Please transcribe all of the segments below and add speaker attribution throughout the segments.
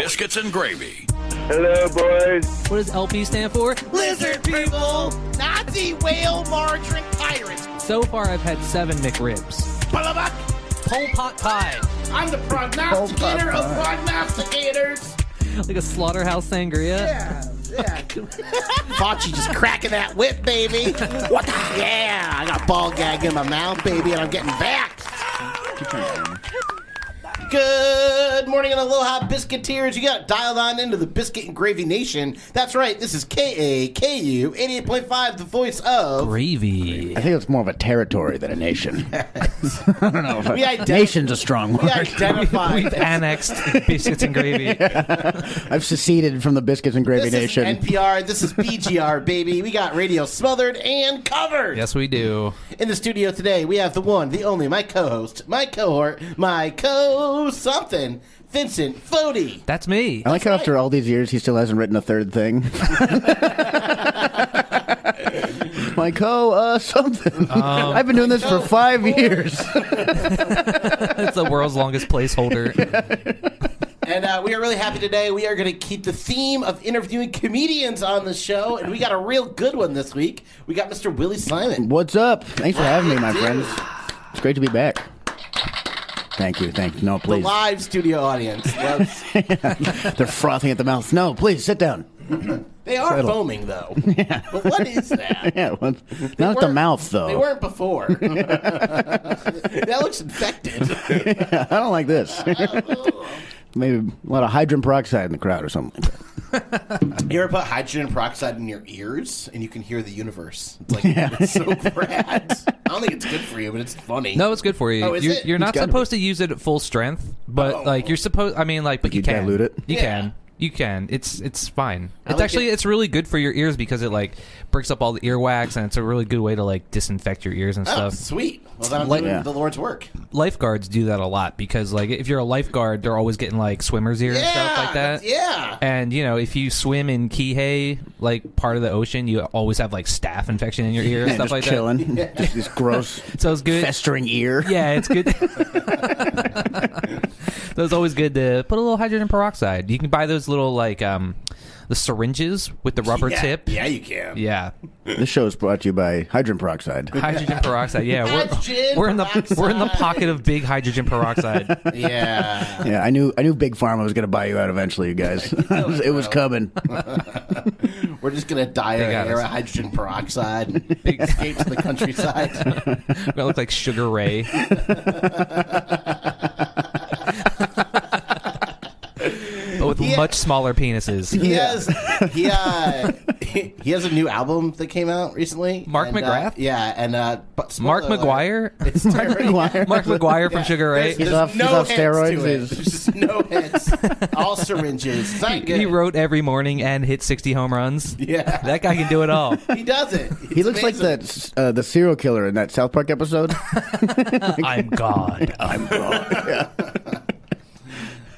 Speaker 1: biscuits and gravy.
Speaker 2: Hello, boys.
Speaker 3: What does LP stand for?
Speaker 4: Lizard people, Nazi whale margarine tyrants.
Speaker 3: So far, I've had seven McRibs.
Speaker 4: Bullabuck,
Speaker 3: Pol Pot Pie.
Speaker 4: I'm the prognosticator of prognosticators.
Speaker 3: Like a slaughterhouse sangria.
Speaker 4: Yeah, yeah. Fauci just cracking that whip, baby. What the? Yeah, I got a ball gag in my mouth, baby, and I'm getting back. Good morning and aloha, biscuiteers. You got dialed on into the Biscuit and Gravy Nation. That's right, this is KAKU 88.5, the voice of.
Speaker 3: Gravy.
Speaker 5: I think it's more of a territory than a nation. I don't know. If
Speaker 4: We
Speaker 5: a-
Speaker 4: ident-
Speaker 5: nation's a strong word.
Speaker 4: We identified.
Speaker 3: Annexed biscuits and gravy.
Speaker 5: I've seceded from the biscuits and gravy
Speaker 4: This is
Speaker 5: nation.
Speaker 4: NPR. This is BGR, baby. We got radio smothered and covered.
Speaker 3: Yes, we do.
Speaker 4: In the studio today, we have the one, the only, my co-host, my cohort, my co-something, Vincent Fodi.
Speaker 3: That's me.
Speaker 5: I like how after all these years, he still hasn't written a third thing. Like, oh, uh,
Speaker 4: Um,
Speaker 5: something. I've been doing this for five years.
Speaker 3: It's the world's longest placeholder.
Speaker 4: And uh, we are really happy today. We are going to keep the theme of interviewing comedians on the show, and we got a real good one this week. We got Mr. Willie Simon.
Speaker 5: What's up? Thanks for having me, my
Speaker 4: Dude.
Speaker 5: friends. It's great to be back. Thank you. Thank you. No,
Speaker 4: The
Speaker 5: please.
Speaker 4: live studio audience. loves-
Speaker 5: They're frothing at the mouth. No, please sit down.
Speaker 4: they are
Speaker 5: Settle.
Speaker 4: foaming, though. But what is that?
Speaker 5: Yeah, well, not at the
Speaker 4: weren't-
Speaker 5: mouth though.
Speaker 4: They weren't before. that looks infected.
Speaker 5: I don't like this. Maybe a lot of hydrogen peroxide in the crowd or something. like that.
Speaker 4: You ever put hydrogen peroxide in your ears and you can hear the universe? It's like it's so rad. I don't think it's good for you, but it's funny.
Speaker 3: No, it's good for you.
Speaker 4: Oh, is
Speaker 3: you're,
Speaker 4: it?
Speaker 3: you're not
Speaker 5: gotta
Speaker 3: supposed to use it at full strength, but
Speaker 4: Oh.
Speaker 3: like you're supposed. I mean, like, but you,
Speaker 5: you
Speaker 3: can
Speaker 5: dilute it?
Speaker 3: You
Speaker 4: Yeah.
Speaker 3: can. You can. It's it's fine. It's
Speaker 4: like
Speaker 3: actually
Speaker 4: it.
Speaker 3: it's really good for your ears because it like breaks up all the earwax and it's a really good way to like disinfect your ears and
Speaker 4: Oh,
Speaker 3: stuff.
Speaker 4: sweet. Well, then I'm
Speaker 3: uh, Like-
Speaker 4: doing
Speaker 5: Yeah.
Speaker 4: the Lord's work.
Speaker 3: Lifeguards do that a lot because like if you're a lifeguard, they're always getting like swimmer's ear and stuff like that.
Speaker 4: Yeah.
Speaker 3: And you know, if you swim in Kihei, like part of the ocean, you always have like staph infection in your ear and
Speaker 5: Yeah,
Speaker 3: stuff
Speaker 5: just
Speaker 3: like that.
Speaker 5: chilling. Just this gross,
Speaker 3: So it's good.
Speaker 5: festering ear.
Speaker 3: Yeah, it's good. so it's always good to put a little hydrogen peroxide. You can buy those little like um, the syringes with the rubber
Speaker 4: yeah.
Speaker 3: tip.
Speaker 4: Yeah, you can.
Speaker 3: Yeah.
Speaker 5: This show is brought to you by hydrogen peroxide.
Speaker 3: hydrogen peroxide. Yeah, we're,
Speaker 4: Hydrogen
Speaker 3: we're in the we're in the
Speaker 4: peroxide.
Speaker 3: pocket of big hydrogen peroxide.
Speaker 4: Yeah.
Speaker 5: Yeah, I knew I knew Big Pharma was going to buy you out eventually, you guys. it, was, it was coming.
Speaker 4: We're just going to dye
Speaker 3: They
Speaker 4: our
Speaker 3: got
Speaker 4: hair
Speaker 3: us.
Speaker 4: of hydrogen peroxide and
Speaker 3: Big-
Speaker 4: escape to the countryside.
Speaker 3: I look like Sugar Ray. but with
Speaker 4: Yeah.
Speaker 3: much smaller penises.
Speaker 4: He has he, uh, he he has a new album that came out recently.
Speaker 3: Mark
Speaker 4: and, uh,
Speaker 3: McGrath?
Speaker 4: yeah, and uh, but
Speaker 3: Mark
Speaker 4: spoiler
Speaker 3: McGuire?
Speaker 4: alert, It's terrible.
Speaker 3: Mark McGuire from
Speaker 4: Yeah.
Speaker 3: Sugar Ray.
Speaker 4: There's, there's
Speaker 5: off- he's
Speaker 4: no
Speaker 5: off
Speaker 4: heads
Speaker 5: steroids.
Speaker 4: To it.
Speaker 5: He's-
Speaker 4: There's just no heads. All syringes. It's not good.
Speaker 3: He wrote every morning and hit 60 home runs.
Speaker 4: Yeah.
Speaker 3: That guy can do it all.
Speaker 4: He does it. It's
Speaker 5: He looks
Speaker 4: amazing.
Speaker 5: like that uh, the serial killer in that South Park episode.
Speaker 3: I'm God.
Speaker 4: Oh,
Speaker 5: I'm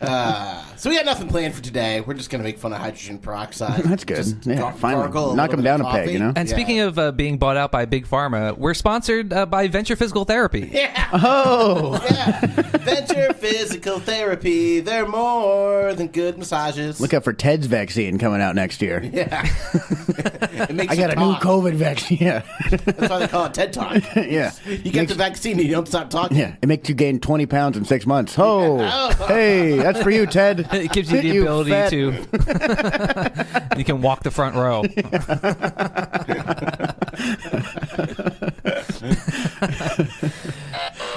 Speaker 5: wrong.
Speaker 4: So we got nothing planned for today. We're just gonna make fun of hydrogen peroxide.
Speaker 5: That's good.
Speaker 4: Just
Speaker 5: Yeah,
Speaker 4: gar-
Speaker 5: finally.
Speaker 4: gargle little
Speaker 5: Knock 'em
Speaker 4: bit
Speaker 5: down
Speaker 4: of
Speaker 5: a peg,
Speaker 4: coffee.
Speaker 5: you know?
Speaker 3: And
Speaker 4: Yeah.
Speaker 3: speaking of uh, being bought out by Big Pharma, we're sponsored uh, by Venture Physical Therapy.
Speaker 4: Yeah,
Speaker 5: Oh,
Speaker 4: yeah. Venture physical therapy. They're more than good massages.
Speaker 5: look out for Ted's vaccine coming out next year.
Speaker 4: Yeah. it makes
Speaker 5: I
Speaker 4: you
Speaker 5: got a new
Speaker 4: talk.
Speaker 5: COVID vaccine. Yeah,
Speaker 4: That's why they call it TED Talk.
Speaker 5: yeah.
Speaker 4: You get the vaccine and you don't stop talking.
Speaker 5: Yeah, it makes you gain 20 pounds in six months. Oh,
Speaker 4: Oh.
Speaker 5: hey, that's for you, Ted.
Speaker 3: It gives you the
Speaker 5: You
Speaker 3: ability
Speaker 5: fat-
Speaker 3: to. you can walk the front row.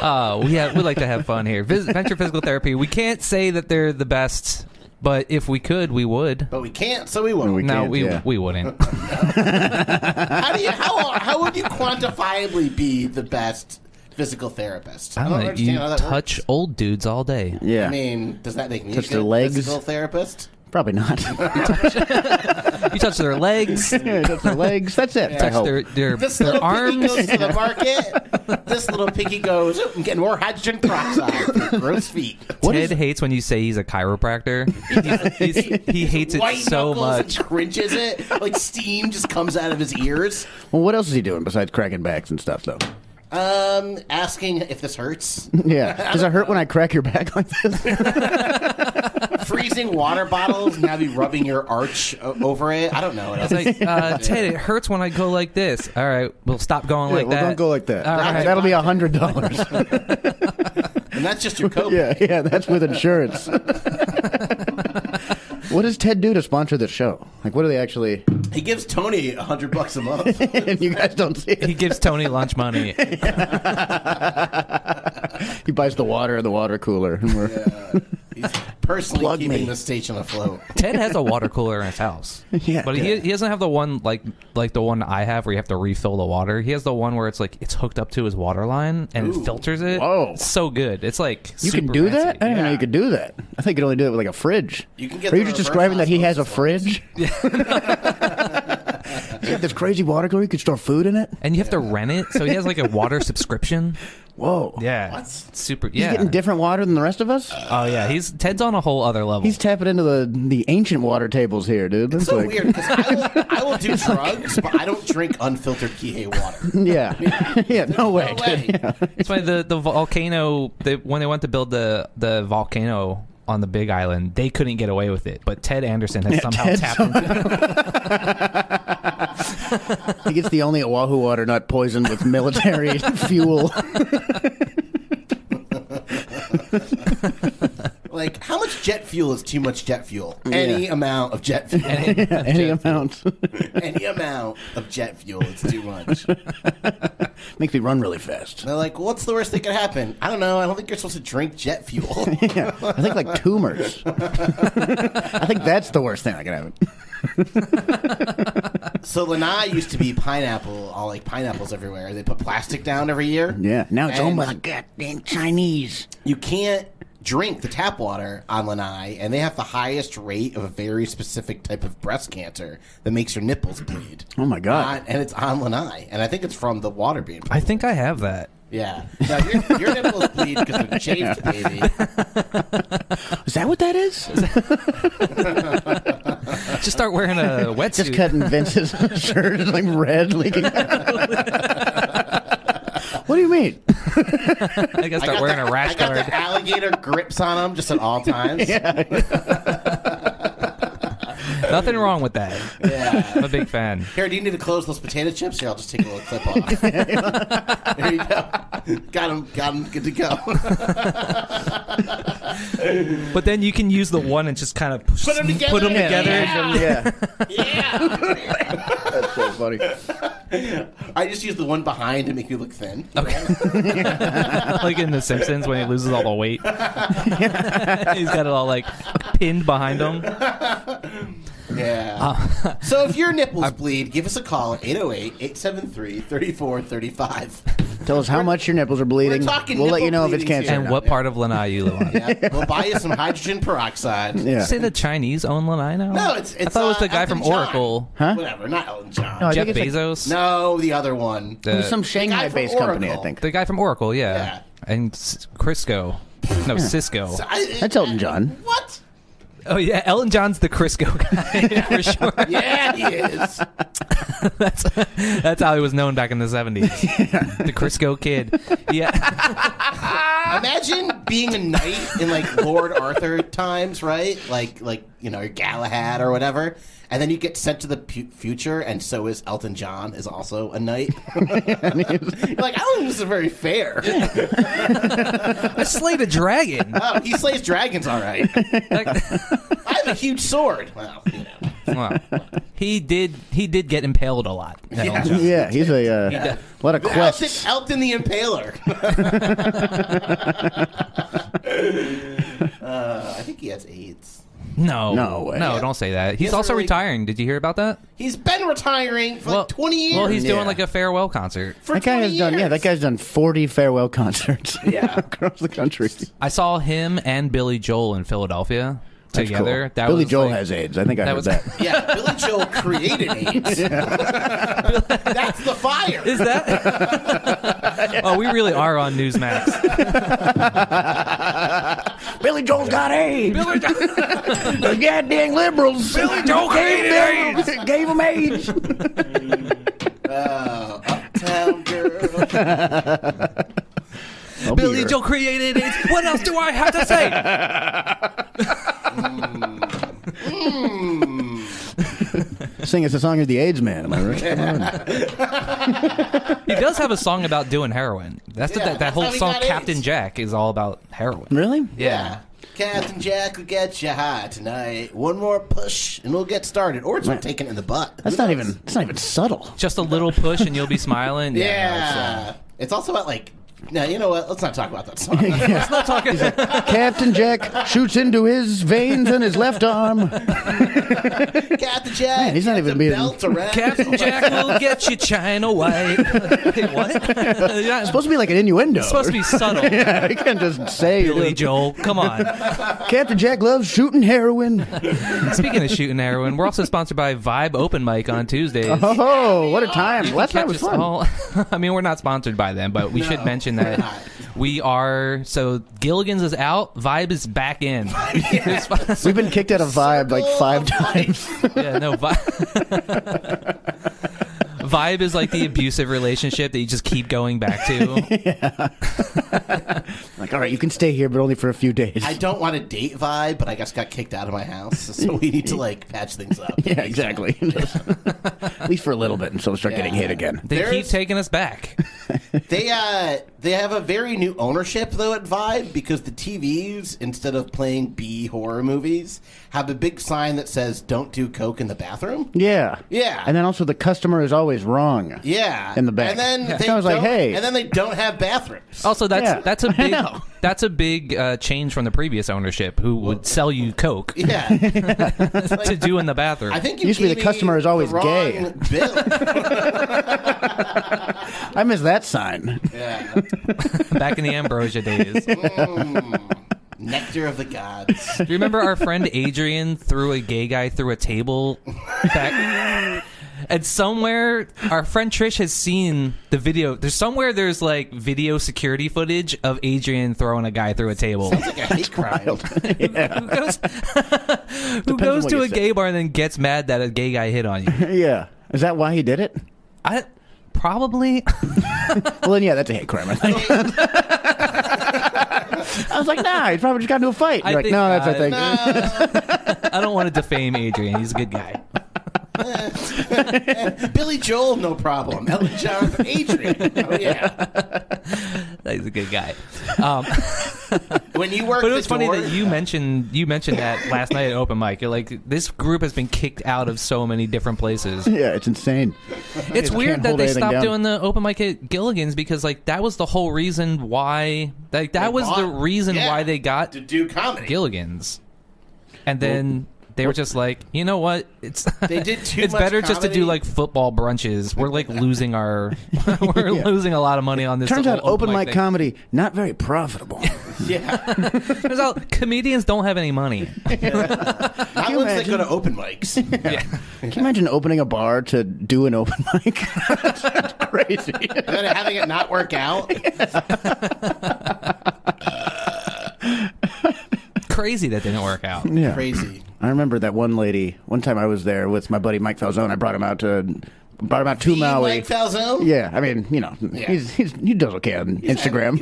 Speaker 3: Oh, yeah, we like to have fun here. Vis- Venture Physical Therapy, we can't say that they're the best, but if we could, we would.
Speaker 4: But we can't, so we won't.
Speaker 5: We
Speaker 3: no,
Speaker 5: can't,
Speaker 3: we,
Speaker 5: yeah.
Speaker 3: we wouldn't.
Speaker 4: How do you how how would you quantifiably be the best physical therapist?
Speaker 3: I don't know, you touch
Speaker 4: works.
Speaker 3: old dudes all day.
Speaker 5: Yeah,
Speaker 4: I mean, does that make me
Speaker 5: Touch
Speaker 4: a
Speaker 5: their
Speaker 4: good
Speaker 5: legs.
Speaker 4: physical therapist?
Speaker 5: probably not.
Speaker 3: You touch their legs,
Speaker 5: yeah, that's the legs. That's it. I
Speaker 3: touch
Speaker 5: hope.
Speaker 3: their their,
Speaker 4: This
Speaker 3: their
Speaker 4: little pinky
Speaker 3: arms.
Speaker 4: goes to the market. this little pinky goes. "Oop, I'm getting more hydrogen peroxide. for Gross feet.
Speaker 5: What
Speaker 3: Ted
Speaker 5: is-
Speaker 3: hates when you say he's a chiropractor. He's- he's- he hates it
Speaker 4: White
Speaker 3: so
Speaker 4: knuckles and
Speaker 3: much.
Speaker 4: cringes it like steam just comes out of his ears.
Speaker 5: well, what else is he doing besides cracking backs and stuff, though?
Speaker 4: Um, asking if this hurts.
Speaker 5: Yeah, does it hurt when I crack your back like this?
Speaker 4: freezing water bottles and have you rubbing your arch o- over it. I don't know. What else.
Speaker 3: It's like, uh, Ted, it hurts when I go like this. All right, we'll stop going like
Speaker 5: well,
Speaker 3: that.
Speaker 5: don't go like that.
Speaker 3: All right.
Speaker 5: That'll be a hundred dollars.
Speaker 4: and that's just your coat.
Speaker 5: yeah, yeah, that's with insurance. what does Ted do to sponsor the show? Like, what do they actually?
Speaker 4: He gives Tony a hundred bucks a month.
Speaker 5: and you guys don't see
Speaker 3: he
Speaker 5: it.
Speaker 3: gives Tony lunch money.
Speaker 5: He buys the water in the water cooler, and we're
Speaker 4: He's personally
Speaker 5: Plug
Speaker 4: keeping
Speaker 5: me.
Speaker 4: the station afloat.
Speaker 3: Ted has a water cooler in his house,
Speaker 5: Yeah.
Speaker 3: but he, he doesn't have the one like like the one I have where you have to refill the water. He has the one where it's like it's hooked up to his water line and it filters it.
Speaker 5: Whoa.
Speaker 3: It's so good! It's like
Speaker 5: You can
Speaker 3: super
Speaker 5: do
Speaker 3: fancy.
Speaker 5: that? Uh, I didn't know
Speaker 4: Yeah.
Speaker 5: you could do that. I think you could only do it with like a fridge.
Speaker 4: You can get
Speaker 5: Are you
Speaker 4: the
Speaker 5: just
Speaker 4: reverse
Speaker 5: describing that he has a
Speaker 4: osmosis
Speaker 5: fridge? Yeah. this crazy water cooler, you could store food in it.
Speaker 3: and you have to rent it. So he has like a water subscription.
Speaker 5: Whoa.
Speaker 3: Yeah,
Speaker 4: What?
Speaker 3: super.
Speaker 5: He's
Speaker 3: Yeah,
Speaker 5: getting different water than the rest of us.
Speaker 4: Uh,
Speaker 3: oh yeah, he's Ted's on a whole other level.
Speaker 5: He's tapping into the the ancient water tables here, dude. That's
Speaker 4: It's so
Speaker 5: like,
Speaker 4: weird because I, will- I will do drugs, but I don't drink unfiltered Kihei water.
Speaker 5: Yeah. yeah. No way.
Speaker 4: No
Speaker 5: dude.
Speaker 4: way.
Speaker 3: That's why the the volcano they, when they went to build the the volcano on the Big Island, they couldn't get away with it. But Ted Anderson has somehow
Speaker 5: Ted
Speaker 3: tapped.
Speaker 5: He gets the only Oahu water not poisoned with military fuel.
Speaker 4: Like, how much jet fuel is too much jet fuel? Any amount of jet fuel.
Speaker 5: Any amount.
Speaker 4: Any amount of jet fuel is too much.
Speaker 5: Makes me run really fast.
Speaker 4: They're like, what's the worst that could happen? I don't know. I don't think you're supposed to drink jet fuel.
Speaker 5: Yeah. I think like tumors. I think that's the worst thing I could happen.
Speaker 4: so Lanai used to be pineapple, all like pineapples everywhere. They put plastic down every year.
Speaker 5: Yeah. Now it's
Speaker 4: And-
Speaker 5: owned by the goddamn Chinese.
Speaker 4: You can't drink the tap water on Lanai, and they have the highest rate of a very specific type of breast cancer that makes your nipples bleed.
Speaker 5: Oh my god.
Speaker 4: On- and it's on Lanai, and I think it's from the water being.
Speaker 3: I think I have that.
Speaker 4: Yeah, no, your, your nipples bleed because they're chafed, baby.
Speaker 5: Is that what that is?
Speaker 3: Just start wearing a wetsuit.
Speaker 5: Just cutting Vince's shirt is like red leaking. what do you mean?
Speaker 3: I gotta start
Speaker 4: got
Speaker 3: wearing
Speaker 4: the-
Speaker 3: a rash
Speaker 4: I got
Speaker 3: guard.
Speaker 4: the alligator grips on them just at all times. Yeah,
Speaker 3: Nothing wrong with that. I'm a big fan.
Speaker 4: Here, do you need to close those potato chips? Here, I'll just take a little clip off. there you go. Got them. Got them. Good to go.
Speaker 3: But then you can use the one and just kind of put
Speaker 4: them together.
Speaker 3: Put them together.
Speaker 4: Yeah.
Speaker 5: Yeah.
Speaker 4: yeah.
Speaker 5: That's so funny.
Speaker 4: I just use the one behind to make you look thin.
Speaker 3: like in The Simpsons when he loses all the weight. He's got it all like pinned behind him.
Speaker 4: Yeah.
Speaker 3: Uh,
Speaker 4: so if your nipples bleed, give us a call at 808 873 3435.
Speaker 5: Tell us how much your nipples are bleeding.
Speaker 4: we're talking
Speaker 5: we'll let
Speaker 4: nipple
Speaker 5: you know if it's
Speaker 4: bleedings
Speaker 5: cancer.
Speaker 4: here.
Speaker 5: or
Speaker 3: And
Speaker 5: not.
Speaker 3: what part of Lanai you live on?
Speaker 4: Yeah. We'll buy you some hydrogen peroxide.
Speaker 5: Yeah.
Speaker 3: Say the Chinese own Lanai now?
Speaker 4: No, it's, it's
Speaker 3: I thought it was
Speaker 4: uh,
Speaker 3: the guy
Speaker 4: Elton
Speaker 3: from
Speaker 4: John.
Speaker 3: Oracle.
Speaker 5: Huh?
Speaker 4: Whatever, not Elton John.
Speaker 5: No, I
Speaker 3: Jeff
Speaker 5: think it's like-
Speaker 3: Bezos.
Speaker 4: No, the other one.
Speaker 3: The-
Speaker 5: It was some
Speaker 4: guy
Speaker 5: Shanghai
Speaker 4: from
Speaker 5: based company, I
Speaker 4: Oracle.
Speaker 5: think.
Speaker 3: The guy from Oracle, yeah.
Speaker 4: Yeah.
Speaker 3: And S- Crisco. No, Cisco.
Speaker 4: So I-
Speaker 5: That's Elton John.
Speaker 4: What?
Speaker 3: Oh, yeah. Ellen John's the Crisco guy, for sure.
Speaker 4: Yeah, he is.
Speaker 3: That's, that's how he was known back in the 70s. The Crisco kid. Yeah.
Speaker 4: Imagine being a knight in like Lord Arthur times, right? Like, like you know, Galahad or whatever, and then you get sent to the pu- future, and so is Elton John is also a knight. You're like, I don't think this is very fair.
Speaker 3: I slayed a dragon.
Speaker 4: Oh, he slays dragons, all right.
Speaker 3: Like-
Speaker 4: I have a huge sword. Well, you know.
Speaker 3: Well, he did. He did get impaled a lot. that
Speaker 4: Yeah.
Speaker 3: old John.
Speaker 5: Yeah, he's a uh,
Speaker 3: does.
Speaker 5: a lot of
Speaker 4: Elton,
Speaker 5: quests.
Speaker 4: Elton the Impaler. uh, I think he has AIDS.
Speaker 3: No,
Speaker 5: No way.
Speaker 3: no.
Speaker 5: Yeah.
Speaker 3: Don't say that. He's
Speaker 4: Yes,
Speaker 3: also
Speaker 4: really-
Speaker 3: retiring. Did you hear about that?
Speaker 4: He's been retiring for like 20 years.
Speaker 3: Well, he's
Speaker 5: Yeah.
Speaker 3: doing like a farewell concert.
Speaker 4: for
Speaker 5: That guy
Speaker 4: 20
Speaker 5: has done yeah.
Speaker 4: years.
Speaker 5: That guy's done forty farewell concerts.
Speaker 4: Yeah.
Speaker 5: across the country.
Speaker 3: I saw him and Billy Joel in Philadelphia
Speaker 5: That's cool.
Speaker 3: together. That
Speaker 5: Billy
Speaker 3: was
Speaker 5: Joel
Speaker 3: like-
Speaker 5: has AIDS. I think I heard
Speaker 3: was-
Speaker 5: that.
Speaker 4: Yeah, Billy Joel created AIDS. That's the fire.
Speaker 3: Is that? oh, we really are on Newsmax.
Speaker 5: Billy Joel's got AIDS.
Speaker 3: Billy Joel.
Speaker 5: the goddamn liberals. Billy
Speaker 3: Joel created
Speaker 5: AIDS. Gave him AIDS.
Speaker 4: Oh, uptown girl.
Speaker 5: I'll be
Speaker 3: Billy
Speaker 5: your-
Speaker 3: Joel created it. What else do I have to say?
Speaker 5: Sing us a song of the AIDS man. Am I right? Come on.
Speaker 3: He does have a song about doing heroin. That's
Speaker 4: Yeah,
Speaker 3: what that, that
Speaker 4: that's
Speaker 3: whole
Speaker 4: how he
Speaker 3: song,
Speaker 4: got
Speaker 3: Captain
Speaker 4: AIDS.
Speaker 3: Jack, is all about heroin.
Speaker 5: Really?
Speaker 3: Yeah.
Speaker 4: Captain Jack will get you high tonight. One more push and we'll get started. Or it's from
Speaker 5: Right.
Speaker 4: taken in the butt.
Speaker 5: That's
Speaker 4: Who
Speaker 5: not
Speaker 4: knows?
Speaker 5: even. That's not even subtle.
Speaker 3: Just a little push and you'll be smiling.
Speaker 4: Yeah.
Speaker 3: it's, uh,
Speaker 4: it's also about like. No, you know what? Let's not talk about that song.
Speaker 3: not talking.
Speaker 5: Captain Jack shoots into his veins and his left arm.
Speaker 4: Captain Jack.
Speaker 5: Man, he's not
Speaker 4: get
Speaker 5: even
Speaker 4: the
Speaker 5: being-
Speaker 4: belt around.
Speaker 3: Captain Jack will get you China White. hey, what? You're not
Speaker 5: Supposed to be like an innuendo.
Speaker 3: supposed to be subtle.
Speaker 5: yeah, you can't just say.
Speaker 3: Billy
Speaker 5: dude.
Speaker 3: Joel, come on.
Speaker 5: Captain Jack loves shooting heroin.
Speaker 3: Speaking of shooting heroin, we're also sponsored by Vibe Open Mic on Tuesdays.
Speaker 5: Oh, what a time! Last night
Speaker 3: Catch
Speaker 5: was
Speaker 3: us
Speaker 5: fun.
Speaker 3: all- I mean, we're not sponsored by them, but we should mention
Speaker 4: we're
Speaker 3: that
Speaker 4: not.
Speaker 3: we are. So Gilligan's is out, Vibe is back in. yeah.
Speaker 5: We've been kicked out of vibe like
Speaker 4: Oh
Speaker 5: five times.
Speaker 3: no Vibe. Vibe is like the abusive relationship that you just keep going back to.
Speaker 5: like, all right, you can stay here, but only for a few days.
Speaker 4: I don't want a date vibe, but I just got kicked out of my house, so we need to like patch things up.
Speaker 5: yeah, exactly. At least for a little bit until we start getting
Speaker 4: Yeah.
Speaker 5: hit again.
Speaker 3: They keep
Speaker 4: There's-
Speaker 3: taking us back.
Speaker 4: They uh they have a very new ownership though at Vibe because the TVs instead of playing B horror movies have a big sign that says "Don't do coke in the bathroom."
Speaker 5: Yeah.
Speaker 4: Yeah.
Speaker 5: And then also the customer is always wrong.
Speaker 4: Yeah,
Speaker 5: In the back.
Speaker 4: And then
Speaker 5: Yeah.
Speaker 4: they
Speaker 5: Sounds like,
Speaker 4: don't-
Speaker 5: hey. Oh.
Speaker 4: and then they don't have bathrooms.
Speaker 3: Also, that's
Speaker 5: Yeah,
Speaker 3: that's a
Speaker 5: I
Speaker 3: big
Speaker 5: know.
Speaker 3: that's a big uh, change from the previous ownership, who would sell you coke
Speaker 4: Yeah, I
Speaker 3: to do in the bathroom.
Speaker 4: think you
Speaker 5: Used to be
Speaker 4: gave
Speaker 5: the
Speaker 4: me
Speaker 5: customer is always
Speaker 4: the wrong
Speaker 5: gay.
Speaker 4: Bill.
Speaker 5: I miss that sign.
Speaker 4: Yeah.
Speaker 3: back in the ambrosia days.
Speaker 4: Nectar of the gods.
Speaker 3: Do you remember our friend Adrian threw a gay guy through a table back? and somewhere, our friend Trish has seen the video. There's somewhere there's like video security footage of Adrian throwing a guy through a table.
Speaker 4: It's like a hate crime.
Speaker 3: who goes, who
Speaker 5: on
Speaker 3: goes
Speaker 5: what
Speaker 3: to
Speaker 5: you
Speaker 3: a
Speaker 5: say.
Speaker 3: gay bar and then gets mad that a gay guy hit on you?
Speaker 5: yeah. Is that why he did it?
Speaker 3: I probably.
Speaker 5: Well, then, yeah, that's a hate crime. I think. I was like, nah, he probably just got into a fight.
Speaker 3: I
Speaker 5: You're like,
Speaker 3: think
Speaker 5: no, that's
Speaker 3: not.
Speaker 5: a thing.
Speaker 3: I don't want to defame Adrian. He's a good guy.
Speaker 4: uh, Billy Joel, no problem. Ellen John, Adrian. Oh yeah.
Speaker 3: He's a good guy. Um,
Speaker 4: When you work,
Speaker 3: But it
Speaker 4: the
Speaker 3: was funny
Speaker 4: door-
Speaker 3: that you mentioned you mentioned that last night at open mic. You're like, this group has been kicked out of so many different places.
Speaker 5: Yeah, it's insane.
Speaker 3: It's weird
Speaker 5: can't
Speaker 3: that
Speaker 5: hold
Speaker 3: they
Speaker 5: anything
Speaker 3: stopped
Speaker 5: down.
Speaker 3: doing the open mic at Gilligan's because like that was the whole reason why like that was the
Speaker 4: bought-
Speaker 3: reason
Speaker 4: yeah.
Speaker 3: why they got
Speaker 4: to do comedy.
Speaker 3: Gilligan's, and then. They were just like, you know what? It's
Speaker 4: They did too
Speaker 3: It's
Speaker 4: much
Speaker 3: better just to do
Speaker 4: comedy.
Speaker 3: like football brunches. We're like losing our, we're
Speaker 5: Yeah.
Speaker 3: losing a lot of money on this.
Speaker 5: Turns
Speaker 3: whole
Speaker 5: out open mic
Speaker 3: thing.
Speaker 5: comedy, not very profitable.
Speaker 4: yeah.
Speaker 3: Turns out comedians don't have any money.
Speaker 4: Not
Speaker 5: you
Speaker 4: ones that
Speaker 5: imagine?
Speaker 4: go to open mics.
Speaker 5: Can you imagine opening a bar to do an open mic? That's crazy.
Speaker 4: and then having it not work out.
Speaker 3: Crazy that didn't work out.
Speaker 5: Yeah.
Speaker 4: Crazy.
Speaker 5: I remember that one lady. One time I was there with my buddy Mike Falzone. I brought him out to brought him out to
Speaker 4: Being
Speaker 5: Maui.
Speaker 4: Mike Falzone?
Speaker 5: yeah, I mean, you know, he's, he's he does okay on Instagram.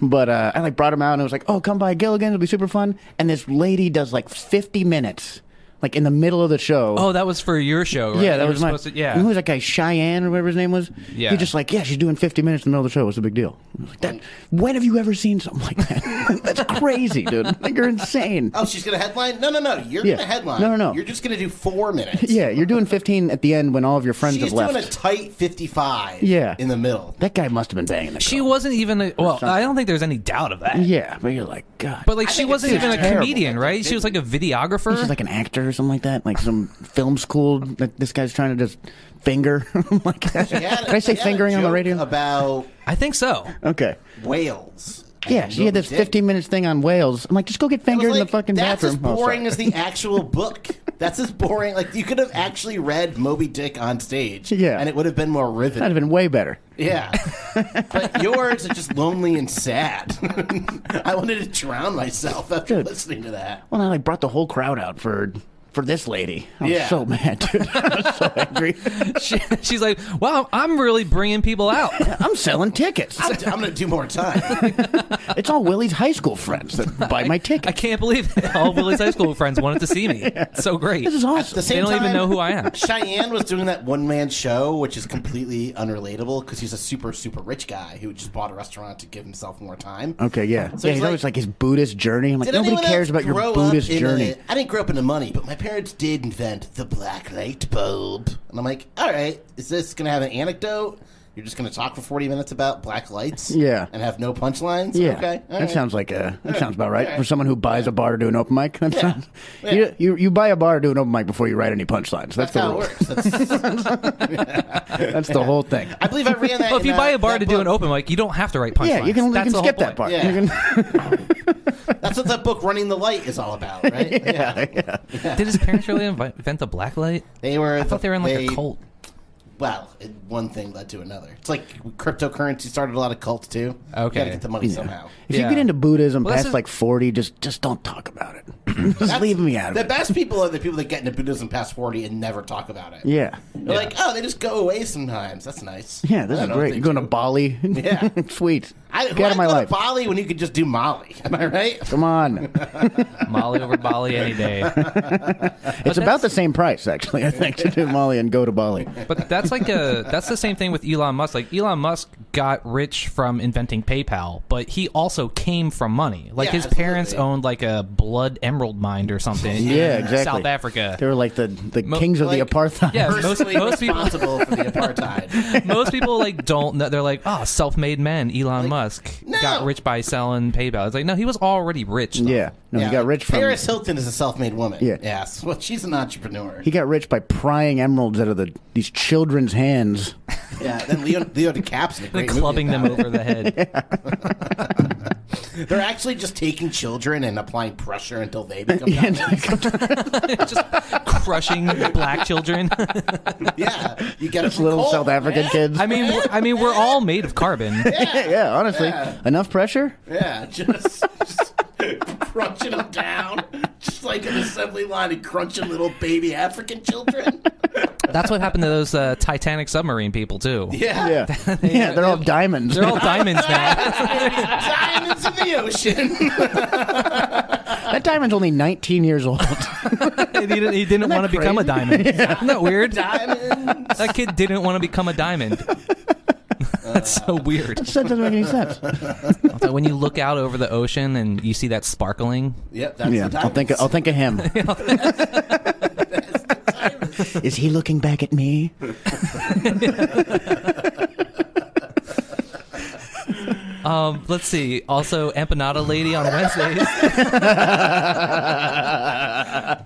Speaker 5: but uh, I like brought him out and I was like, "Oh, come by Gilligan, it'll be super fun." And this lady does like 50 minutes, like in the middle of the show.
Speaker 3: Oh, that was for your show, right?
Speaker 5: yeah, that
Speaker 3: You
Speaker 5: was
Speaker 3: were
Speaker 5: my.
Speaker 3: supposed to- yeah.
Speaker 5: Who was that guy? Cheyenne or whatever his name was.
Speaker 3: Yeah.
Speaker 5: He just like, yeah, she's doing 50 minutes in the middle of the show. What's the big deal? I was like, that. When have you ever seen something like that? That's crazy, dude. Like you're insane.
Speaker 4: Oh, she's gonna headline? No, no, no. You're
Speaker 5: Yeah.
Speaker 4: gonna headline.
Speaker 5: No, no, no.
Speaker 4: You're just gonna do four minutes.
Speaker 5: Yeah, you're doing 15 at the end when all of your friends
Speaker 4: She's
Speaker 5: have left.
Speaker 4: doing a tight fifty-five.
Speaker 5: Yeah.
Speaker 4: In the middle.
Speaker 5: that guy must have been banging the
Speaker 3: She
Speaker 5: girl.
Speaker 3: wasn't even a, well. I don't think there's any doubt of that.
Speaker 5: Yeah, but you're like, God.
Speaker 3: But like, she
Speaker 4: think
Speaker 3: wasn't
Speaker 4: it's
Speaker 3: even a
Speaker 5: terrible.
Speaker 3: comedian, right? She was like a videographer.
Speaker 4: uh,
Speaker 5: She's like an actor or something like that, like some film school that this guy's trying to just finger. like,
Speaker 4: She had a-
Speaker 5: did I say
Speaker 4: she had a
Speaker 5: fingering on the
Speaker 4: joke
Speaker 5: radio?
Speaker 4: about
Speaker 3: I think so.
Speaker 5: okay.
Speaker 4: whales?
Speaker 5: Yeah, she had this 15 minutes thing on whales. I'm like, just go get fingered in the fucking
Speaker 4: that's
Speaker 5: bathroom. Oh,
Speaker 4: as
Speaker 5: sorry.
Speaker 4: boring as the actual book. That's as boring. Like you could have actually read Moby Dick on stage,
Speaker 5: Yeah.
Speaker 4: and it would have been more riveting.
Speaker 5: That'd have been way better.
Speaker 4: Yeah. but yours are just lonely and sad. I wanted to drown myself after
Speaker 5: Good.
Speaker 4: listening to that.
Speaker 5: Well, I like brought the whole crowd out for for this lady. I was
Speaker 4: Yeah.
Speaker 5: so mad, dude. I was so angry.
Speaker 3: She, she's like, "Wow, I'm really bringing people out."
Speaker 5: I'm selling tickets.
Speaker 4: I'm, I'm gonna do more time.
Speaker 5: It's all Willie's high school friends that buy my ticket.
Speaker 3: I can't believe it. all Willie's high school friends wanted to see me. It's so great.
Speaker 5: this is awesome.
Speaker 3: They
Speaker 4: The same
Speaker 3: don't even
Speaker 4: time,
Speaker 3: know who I am.
Speaker 4: Cheyenne was doing that one man show, which is completely unrelatable because he's a super super rich guy who just bought a restaurant to give himself more time.
Speaker 5: Okay, yeah.
Speaker 4: So
Speaker 5: yeah,
Speaker 4: he's
Speaker 5: he's
Speaker 4: like-
Speaker 5: always like his Buddhist journey. I'm like,
Speaker 4: Did
Speaker 5: nobody
Speaker 4: anyone
Speaker 5: cares
Speaker 4: else
Speaker 5: about your
Speaker 4: grow up
Speaker 5: Buddhist
Speaker 4: in
Speaker 5: journey.
Speaker 4: I I didn't grow up into money, but my parents did invent the black light bulb. And I'm like, all right, is this going to have an anecdote? You're just going to talk for 40 minutes about black lights?
Speaker 5: Yeah.
Speaker 4: And have no punchlines?
Speaker 5: Yeah,
Speaker 4: Okay. all
Speaker 5: that
Speaker 4: right.
Speaker 5: sounds like a that sounds about right
Speaker 4: All right.
Speaker 5: for someone who buys a bar to do an open mic. That
Speaker 4: Yeah.
Speaker 5: sounds,
Speaker 4: Yeah.
Speaker 5: You, you you buy a bar to do an open mic before you write any punchlines.
Speaker 4: That's
Speaker 5: That's, the
Speaker 4: how it
Speaker 5: rule.
Speaker 4: works. That's,
Speaker 5: That's the whole thing.
Speaker 4: I believe I ran that.
Speaker 3: Well, if
Speaker 4: in,
Speaker 3: you buy
Speaker 4: uh,
Speaker 3: a bar
Speaker 4: that
Speaker 3: to do an
Speaker 4: book.
Speaker 3: open mic, you don't have to write punchlines.
Speaker 5: Yeah, you can, you
Speaker 3: That's
Speaker 5: can
Speaker 3: the
Speaker 5: skip
Speaker 3: whole
Speaker 5: that
Speaker 3: point.
Speaker 5: part.
Speaker 4: Yeah.
Speaker 5: You can-
Speaker 4: That's what that book, Running the Light, is all about, right? yeah.
Speaker 3: Did his parents really invi- invent the black light?
Speaker 4: They were.
Speaker 3: I thought they were in like a cult.
Speaker 4: Well, it, one thing led to another. It's like cryptocurrency started a lot of cults, too.
Speaker 3: Okay.
Speaker 4: You got to get the money somehow.
Speaker 5: if
Speaker 3: Yeah.
Speaker 5: you get into Buddhism
Speaker 3: Well, this
Speaker 5: past
Speaker 3: is-
Speaker 5: like forty, just just don't talk about it. just leave me out of
Speaker 4: The
Speaker 5: it.
Speaker 4: best people are the people that get into Buddhism past 40 and never talk about it.
Speaker 5: Yeah,
Speaker 4: They're like, oh, they just go away sometimes. That's nice.
Speaker 5: yeah, this
Speaker 4: I
Speaker 5: is
Speaker 4: don't
Speaker 5: great.
Speaker 4: think
Speaker 5: You're going to
Speaker 4: so.
Speaker 5: Bali.
Speaker 4: Yeah.
Speaker 5: sweet.
Speaker 4: I,
Speaker 5: Get out of my life.
Speaker 4: Bali when you could just do Molly. Am I right?
Speaker 5: Come on.
Speaker 3: Molly over Bali any day.
Speaker 5: It's about the same price, actually. I think to do Molly and go to Bali.
Speaker 3: But that's like a that's the same thing with Elon Musk. Like Elon Musk got rich from inventing PayPal, but he also came from money. Like
Speaker 4: Yeah,
Speaker 3: his
Speaker 4: absolutely.
Speaker 3: parents owned like a blood emerald mine or something.
Speaker 5: Yeah,
Speaker 3: in
Speaker 5: exactly.
Speaker 3: South Africa.
Speaker 5: They were like the the
Speaker 3: Mo-
Speaker 5: kings of the
Speaker 4: like-
Speaker 5: apartheid.
Speaker 3: Yeah, most,
Speaker 4: Personally
Speaker 3: most people
Speaker 4: responsible for the apartheid.
Speaker 3: most people like don't know. They're like, oh, self-made men. Elon Musk
Speaker 4: no.
Speaker 3: got rich by selling PayPal. It's like, no, he was already rich. though.
Speaker 5: Yeah. No, he got rich from
Speaker 4: Paris Hilton is a self-made woman.
Speaker 5: Yeah.
Speaker 4: Yes. Well, she's an entrepreneur.
Speaker 5: he got rich by prying emeralds out of the these children's hands.
Speaker 4: yeah. Then Leo Leo DiCap's in a
Speaker 3: Like
Speaker 4: great
Speaker 3: clubbing
Speaker 4: movie
Speaker 3: them
Speaker 4: about
Speaker 3: over the head.
Speaker 4: it. They're actually just taking children and applying pressure until they become.
Speaker 5: And
Speaker 4: yeah.
Speaker 3: Just crushing black children.
Speaker 4: You get it from
Speaker 5: little
Speaker 4: coal,
Speaker 5: South African
Speaker 4: man.
Speaker 5: kids.
Speaker 3: I mean, we're- I mean, we're all made of carbon.
Speaker 5: yeah, yeah, honestly. Enough pressure?
Speaker 4: Yeah, just, just crunching them down, just like an assembly line and crunching little baby African children.
Speaker 3: That's what happened to those uh, Titanic submarine people too.
Speaker 4: Yeah,
Speaker 5: Yeah. yeah, they're all diamonds.
Speaker 3: They're all diamonds now.
Speaker 4: diamonds in the ocean.
Speaker 5: that diamond's only 19 years old.
Speaker 3: And he didn't, he didn't want to become a diamond. Isn't that weird?
Speaker 4: diamonds.
Speaker 3: That kid didn't want to become a diamond. That's so weird.
Speaker 5: that doesn't make any sense.
Speaker 3: So when you look out over the ocean and you see that sparkling,
Speaker 4: Yep, that's
Speaker 5: Yeah,
Speaker 4: the
Speaker 5: I'll
Speaker 4: diamonds.
Speaker 5: think. Of, I'll think of him. Is he looking back at me?
Speaker 3: um, let's see. Also, empanada lady on Wednesdays.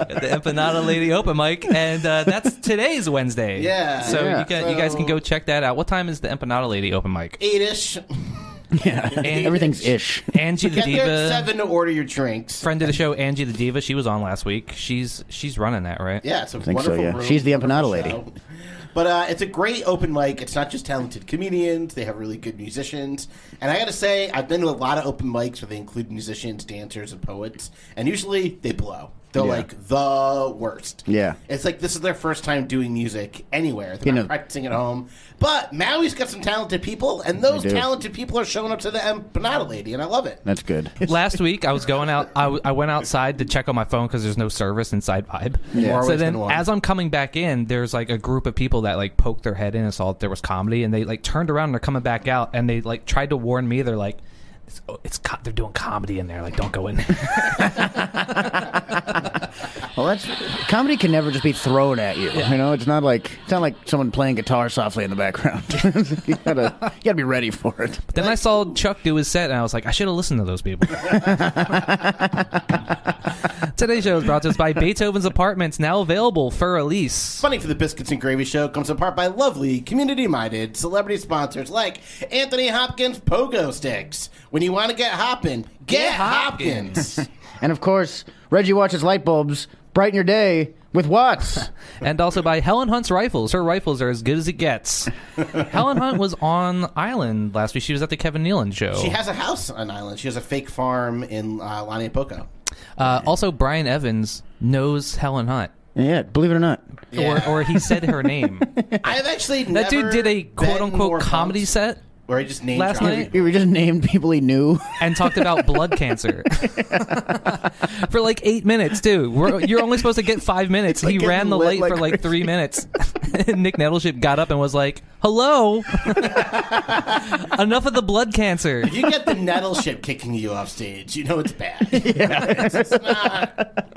Speaker 3: the empanada lady open mic, and uh, that's today's Wednesday.
Speaker 4: Yeah.
Speaker 3: So
Speaker 5: Yeah.
Speaker 3: You, can, you guys can go check that out. What time is the empanada lady open mic?
Speaker 4: Eight-ish.
Speaker 5: Yeah, everything's ish.
Speaker 3: Angie the
Speaker 4: Get there
Speaker 3: diva.
Speaker 4: at seven to order your drinks.
Speaker 3: friend of the show, Angie the Diva. She was on last week. She's she's running that, right?
Speaker 4: Yeah, it's a
Speaker 5: think so,
Speaker 4: wonderful
Speaker 5: yeah.
Speaker 4: room,
Speaker 5: She's the
Speaker 4: wonderful
Speaker 5: empanada lady.
Speaker 4: show. But uh, it's a great open mic. It's not just talented comedians; they have really good musicians. And I got to say, I've been to a lot of open mics where they include musicians, dancers, and poets, and usually they blow. They're
Speaker 5: Yeah.
Speaker 4: like the worst.
Speaker 5: Yeah.
Speaker 4: it's like this is their first time doing music anywhere. They're
Speaker 5: You
Speaker 4: not
Speaker 5: know-
Speaker 4: practicing at home. But Maui's got some talented people, and those
Speaker 5: They do.
Speaker 4: talented people are showing up to the empanada lady, and I love it.
Speaker 5: That's good.
Speaker 3: Last week, I was going out. I, w- I went outside to check on my phone because there's no service inside Vibe.
Speaker 4: Yeah.
Speaker 3: So
Speaker 4: Always
Speaker 3: then,
Speaker 4: been one.
Speaker 3: as I'm coming back in, there's like a group of people that like poked their head in and saw that there was comedy, and they like turned around and they're coming back out, and they like tried to warn me. They're like. It's, oh, it's co- they're doing comedy in there. Like, don't go in there.
Speaker 5: Well, that's comedy can never just be thrown at you. You know, it's not like it's not like someone playing guitar softly in the background. you gotta you gotta be ready for it.
Speaker 3: then I saw Chuck do his set, and I was like, I should have listened to those people. Today's show is brought to us by Beethoven's Apartments, now available for release.
Speaker 4: Funding for the Biscuits and Gravy Show comes in part by lovely, community minded celebrity sponsors like Anthony Hopkins Pogo Sticks. When you want to get hoppin', get, Hopkins.
Speaker 5: And of course, Reggie watches light bulbs brighten your day with Watts.
Speaker 3: and also by Helen Hunt's rifles. Her rifles are as good as it gets. Helen Hunt was on Island last week. She was at the Kevin Nealon show.
Speaker 4: she has a house on an island. She has a fake farm in uh, Laniapoco.
Speaker 3: uh, also, Brian Evans knows Helen Hunt.
Speaker 5: Yeah, believe it or not.
Speaker 3: or, or he said her name.
Speaker 4: I've actually
Speaker 3: that dude
Speaker 4: never
Speaker 3: did a
Speaker 4: been
Speaker 3: quote
Speaker 4: more
Speaker 3: unquote comedy
Speaker 4: pumped
Speaker 3: set
Speaker 4: where he just named
Speaker 3: last
Speaker 4: dropped.
Speaker 3: night.
Speaker 5: He just named people he knew.
Speaker 3: and talked about blood cancer for like eight minutes, too. We're, you're only supposed to get five minutes.
Speaker 5: like
Speaker 3: he
Speaker 5: getting
Speaker 3: ran the
Speaker 5: lit
Speaker 3: late
Speaker 5: like
Speaker 3: for like
Speaker 5: crazy.
Speaker 3: three minutes. And Nick Nettleship got up and was like, "Hello, enough of the blood cancer."
Speaker 4: If you get the nettle ship kicking you off stage, you know it's bad. this, is not,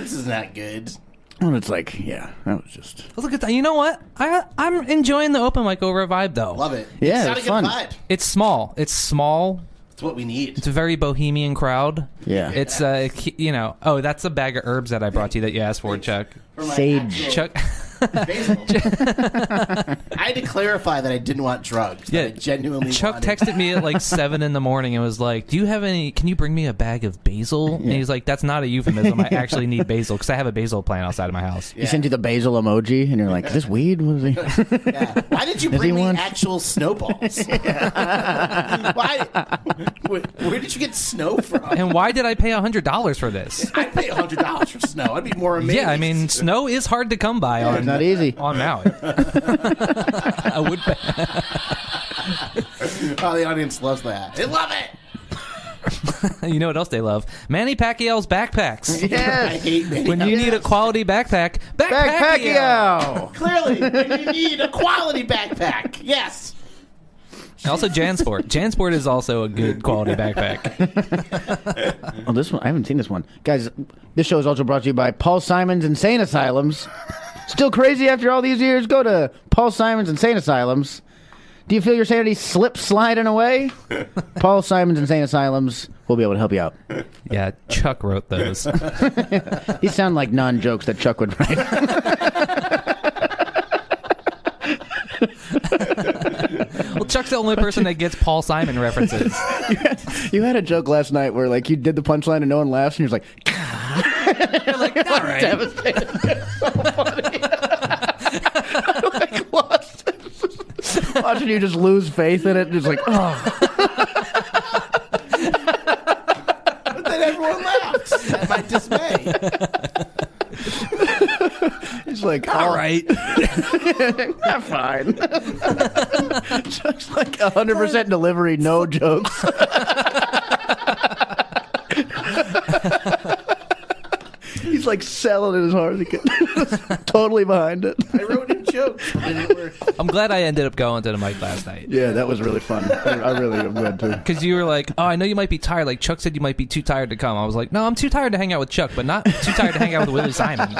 Speaker 4: this is not good.
Speaker 5: and it's like, yeah, that was just.
Speaker 3: Look at that. You know what? I I'm enjoying the open mic over vibe though.
Speaker 4: Love it.
Speaker 5: Yeah,
Speaker 4: it's not a
Speaker 5: it's
Speaker 4: good
Speaker 5: fun.
Speaker 4: vibe.
Speaker 3: It's small. It's small.
Speaker 4: It's what we need.
Speaker 3: It's a very bohemian crowd.
Speaker 5: Yeah.
Speaker 3: It's uh, you know. Oh, that's a bag of herbs that I brought to you that you asked for, Chuck.
Speaker 4: For my
Speaker 5: Sage.
Speaker 4: actual
Speaker 3: Chuck.
Speaker 4: basil. I had to clarify that I didn't want drugs. Yeah,
Speaker 3: Yeah.
Speaker 4: I genuinely.
Speaker 3: Chuck
Speaker 4: wanted-
Speaker 3: texted me at like seven in the morning and was like, "Do you have any? Can you bring me a bag of basil?" And he's like, "That's not a euphemism. I actually need basil because I have a basil plant outside of my house."
Speaker 5: He sent you the basil emoji, and you're like, this weed? What is he?
Speaker 4: Yeah. Why did you
Speaker 5: Does
Speaker 4: bring
Speaker 5: he
Speaker 4: me
Speaker 5: want-
Speaker 4: actual snowballs? Why? Where, where did you get snow from?
Speaker 3: And why did I pay hundred dollars for this?
Speaker 4: I'd pay hundred dollars for snow. I'd be more amazed.
Speaker 3: Yeah, I mean, snow is hard to come by
Speaker 5: it's
Speaker 3: on
Speaker 5: not easy.
Speaker 3: on Maui. I would. bet.
Speaker 4: oh, the audience loves that. They love it.
Speaker 3: You know what else they love? Manny Pacquiao's backpacks.
Speaker 4: I hate Manny
Speaker 3: When you need a quality backpack, back
Speaker 5: Back
Speaker 3: Pacquiao.
Speaker 5: Pacquiao!
Speaker 4: Clearly, when you need a quality backpack. Yes.
Speaker 3: And also Jansport. Jansport is also a good quality backpack.
Speaker 5: Oh, this one I haven't seen this one, guys. This show is also brought to you by Paul Simon's Insane Asylums. Still crazy after all these years? Go to Paul Simon's Insane Asylums. Do you feel your sanity slip sliding away? Paul Simon's Insane Asylums will be able to help you out.
Speaker 3: Yeah, Chuck wrote those.
Speaker 5: These sound like non jokes that Chuck would write.
Speaker 3: Well, Chuck's the only person that gets Paul Simon references.
Speaker 5: you had a joke last night where like you did the punchline and no one laughs, and you're like,
Speaker 3: Like, all right.
Speaker 5: devastated. like lost. it. Watching you just lose faith in it, just like, oh,
Speaker 4: But then everyone laughs at my dismay.
Speaker 5: it's like,
Speaker 3: All
Speaker 5: oh.
Speaker 3: right.
Speaker 5: I'm fine. Just like 100% delivery, no jokes. He's like selling it as hard as he can. totally behind it.
Speaker 4: I wrote in jokes. but it didn't work.
Speaker 3: I'm glad I ended up going to the mic last night.
Speaker 5: Yeah, that was really fun. I really am glad too.
Speaker 3: Because you were like, oh, I know you might be tired. Like Chuck said, you might be too tired to come. I was like, no, I'm too tired to hang out with Chuck, but not too tired to hang out with Willie Simon.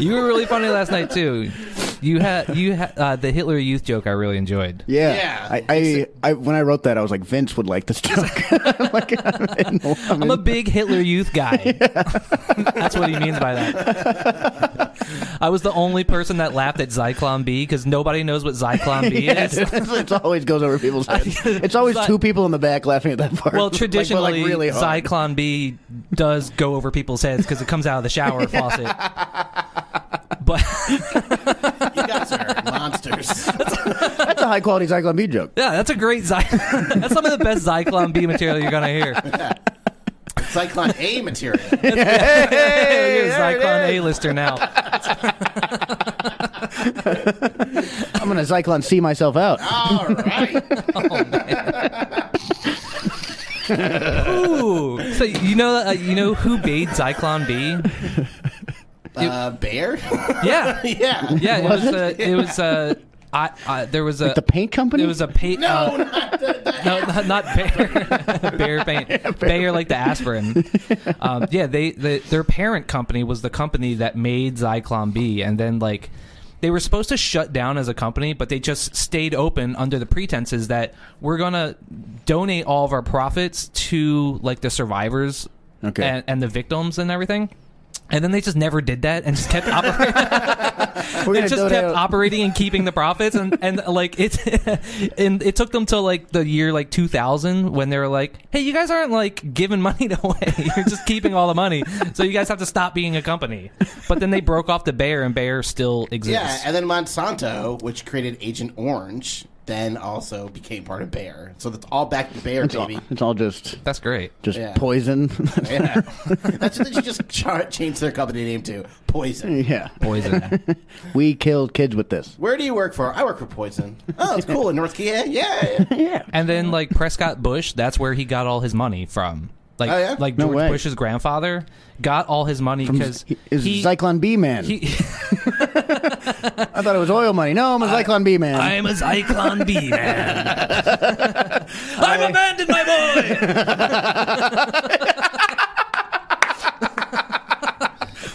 Speaker 3: you were really funny last night too. You had you had uh, the Hitler Youth joke. I really enjoyed.
Speaker 5: Yeah,
Speaker 4: Yeah.
Speaker 5: I, I, I, when I wrote that, I was like, Vince would like this joke. I'm like, I'm in, I'm
Speaker 3: I'm a
Speaker 5: in.
Speaker 3: big Hitler Youth guy. That's what he means by that. I was the only person that laughed at Zyklon B because nobody knows what Zyklon B
Speaker 5: Yeah,
Speaker 3: is.
Speaker 5: it always goes over people's heads. It's always
Speaker 3: Zy-
Speaker 5: two people in the back laughing at that part.
Speaker 3: Well,
Speaker 5: Like, but,
Speaker 3: traditionally,
Speaker 5: like, really hard.
Speaker 3: Zyklon B does go over people's heads because it comes out of the shower faucet. But
Speaker 4: You guys are monsters.
Speaker 5: That's a high quality Zyklon B joke.
Speaker 3: yeah, that's a great Zy. that's some of the best Zyklon B material you're gonna hear.
Speaker 4: Cyclone A material.
Speaker 3: Hey, you're a
Speaker 5: there it
Speaker 3: Zyklon
Speaker 5: is.
Speaker 3: A lister now.
Speaker 5: I'm gonna Zyklon C myself out.
Speaker 4: All right.
Speaker 3: Oh, Ooh, so you know uh, you know who made Zyklon B?
Speaker 4: Uh, bear?
Speaker 3: Yeah,
Speaker 4: yeah.
Speaker 3: yeah. It was uh, it was uh, I, I there was a
Speaker 5: The paint company.
Speaker 3: it was a paint.
Speaker 4: No,
Speaker 3: uh,
Speaker 4: not the, the
Speaker 3: no, not, not Bayer. Bayer paint. Bayer like the aspirin. Um, yeah, they, they their parent company was the company that made Zyklon B, and then like they were supposed to shut down as a company, but they just stayed open under the pretenses that we're gonna donate all of our profits to like the survivors
Speaker 5: Okay.
Speaker 3: and, and the victims and everything. And then they just never did that and just kept operating.
Speaker 5: We're
Speaker 3: they
Speaker 5: gonna
Speaker 3: just
Speaker 5: donate
Speaker 3: kept
Speaker 5: all-
Speaker 3: operating and keeping the profits and and like it and it took them till like the year like 2000 when they were like hey you guys aren't like giving money away you're just keeping all the money so you guys have to stop being a company but then they broke off the bear and bear still exists
Speaker 4: Yeah, and then Monsanto, which created Agent Orange, then also became part of Bear. So that's all back to Bear,
Speaker 5: It's all,
Speaker 4: baby.
Speaker 5: it's all just
Speaker 3: That's great.
Speaker 5: just
Speaker 4: Yeah.
Speaker 5: poison.
Speaker 4: Yeah. that's what they should just ch- change their company name to Poison.
Speaker 5: yeah.
Speaker 3: Poison.
Speaker 5: We killed kids with this.
Speaker 4: Where do you work for? I work for Poison. Oh, it's cool in North Korea. Yeah. yeah.
Speaker 5: Yeah.
Speaker 3: and then like Prescott Bush, that's where he got all his money from. Like
Speaker 4: Oh, yeah?
Speaker 3: like
Speaker 5: No
Speaker 3: George
Speaker 5: way.
Speaker 3: Bush's grandfather got all his money because
Speaker 5: Is
Speaker 3: he,
Speaker 5: Zyklon B man?
Speaker 3: he
Speaker 5: I thought it was oil money. No, I'm a Zyklon B man.
Speaker 3: I'm a Zyklon B man. I'm abandoned, my boy.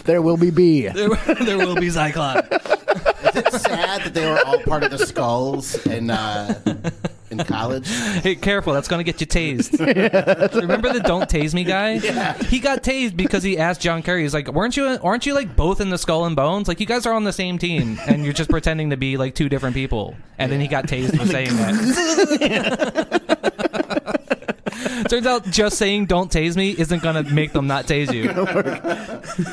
Speaker 5: There will be B.
Speaker 3: There, there will be Zyklon.
Speaker 4: It's sad that they were all part of the skulls in, uh, in college.
Speaker 3: Hey, careful! That's gonna get you tased. Remember the "Don't Tase Me" guy? Yeah. He got tased because he asked John Kerry. He's like, "Weren't you? Aren't you like both in the Skull and Bones? Like you guys are on the same team, and you're just pretending to be like two different people." And then he got tased for saying that. Turns out, just saying "Don't Tase Me" isn't gonna make them not tase you.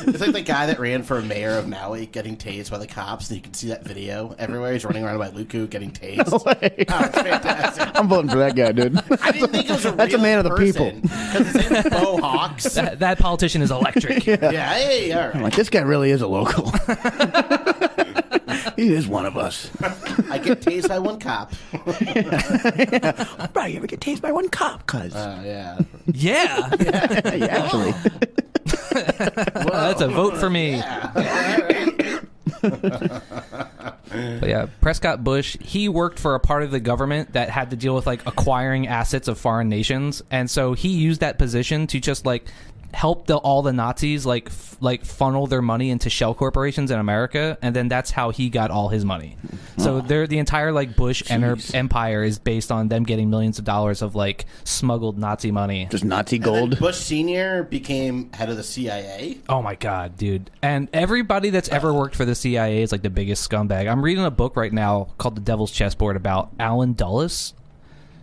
Speaker 4: It's like the guy that ran for mayor of Maui getting tased by the cops, and you can see that video everywhere. He's running around by Luku getting tased. Oh, it's fantastic.
Speaker 5: I'm voting for that guy, dude.
Speaker 4: I didn't think it was a
Speaker 5: That's a
Speaker 4: real
Speaker 5: man of the
Speaker 4: person,
Speaker 5: people.
Speaker 4: 'cause his name's Bo Hawks. yeah,
Speaker 3: That, that politician is electric.
Speaker 4: hey, all
Speaker 5: I'm
Speaker 4: right.
Speaker 5: like, this guy really is a local. he is one of us.
Speaker 4: I get tased by one cop.
Speaker 5: I'm probably gonna get tased by one cop, cuz.
Speaker 4: Oh, yeah.
Speaker 3: Yeah,
Speaker 5: Hey, actually.
Speaker 3: that's a vote for me. But yeah, Prescott Bush, he worked for a part of the government that had to deal with like acquiring assets of foreign nations, and so he used that position to just like help the, all the Nazis like f- like funnel their money into shell corporations in America, and then that's how he got all his money. So they're, the entire like Bush ener- empire is based on them getting millions of dollars of like smuggled Nazi money.
Speaker 5: Just Nazi
Speaker 4: Then
Speaker 5: gold.
Speaker 4: Bush Sr. became head of the CIA.
Speaker 3: Oh my god, dude! And everybody that's ever worked for the CIA is like the biggest scumbag. I'm reading a book right now called The Devil's Chessboard about Alan Dulles.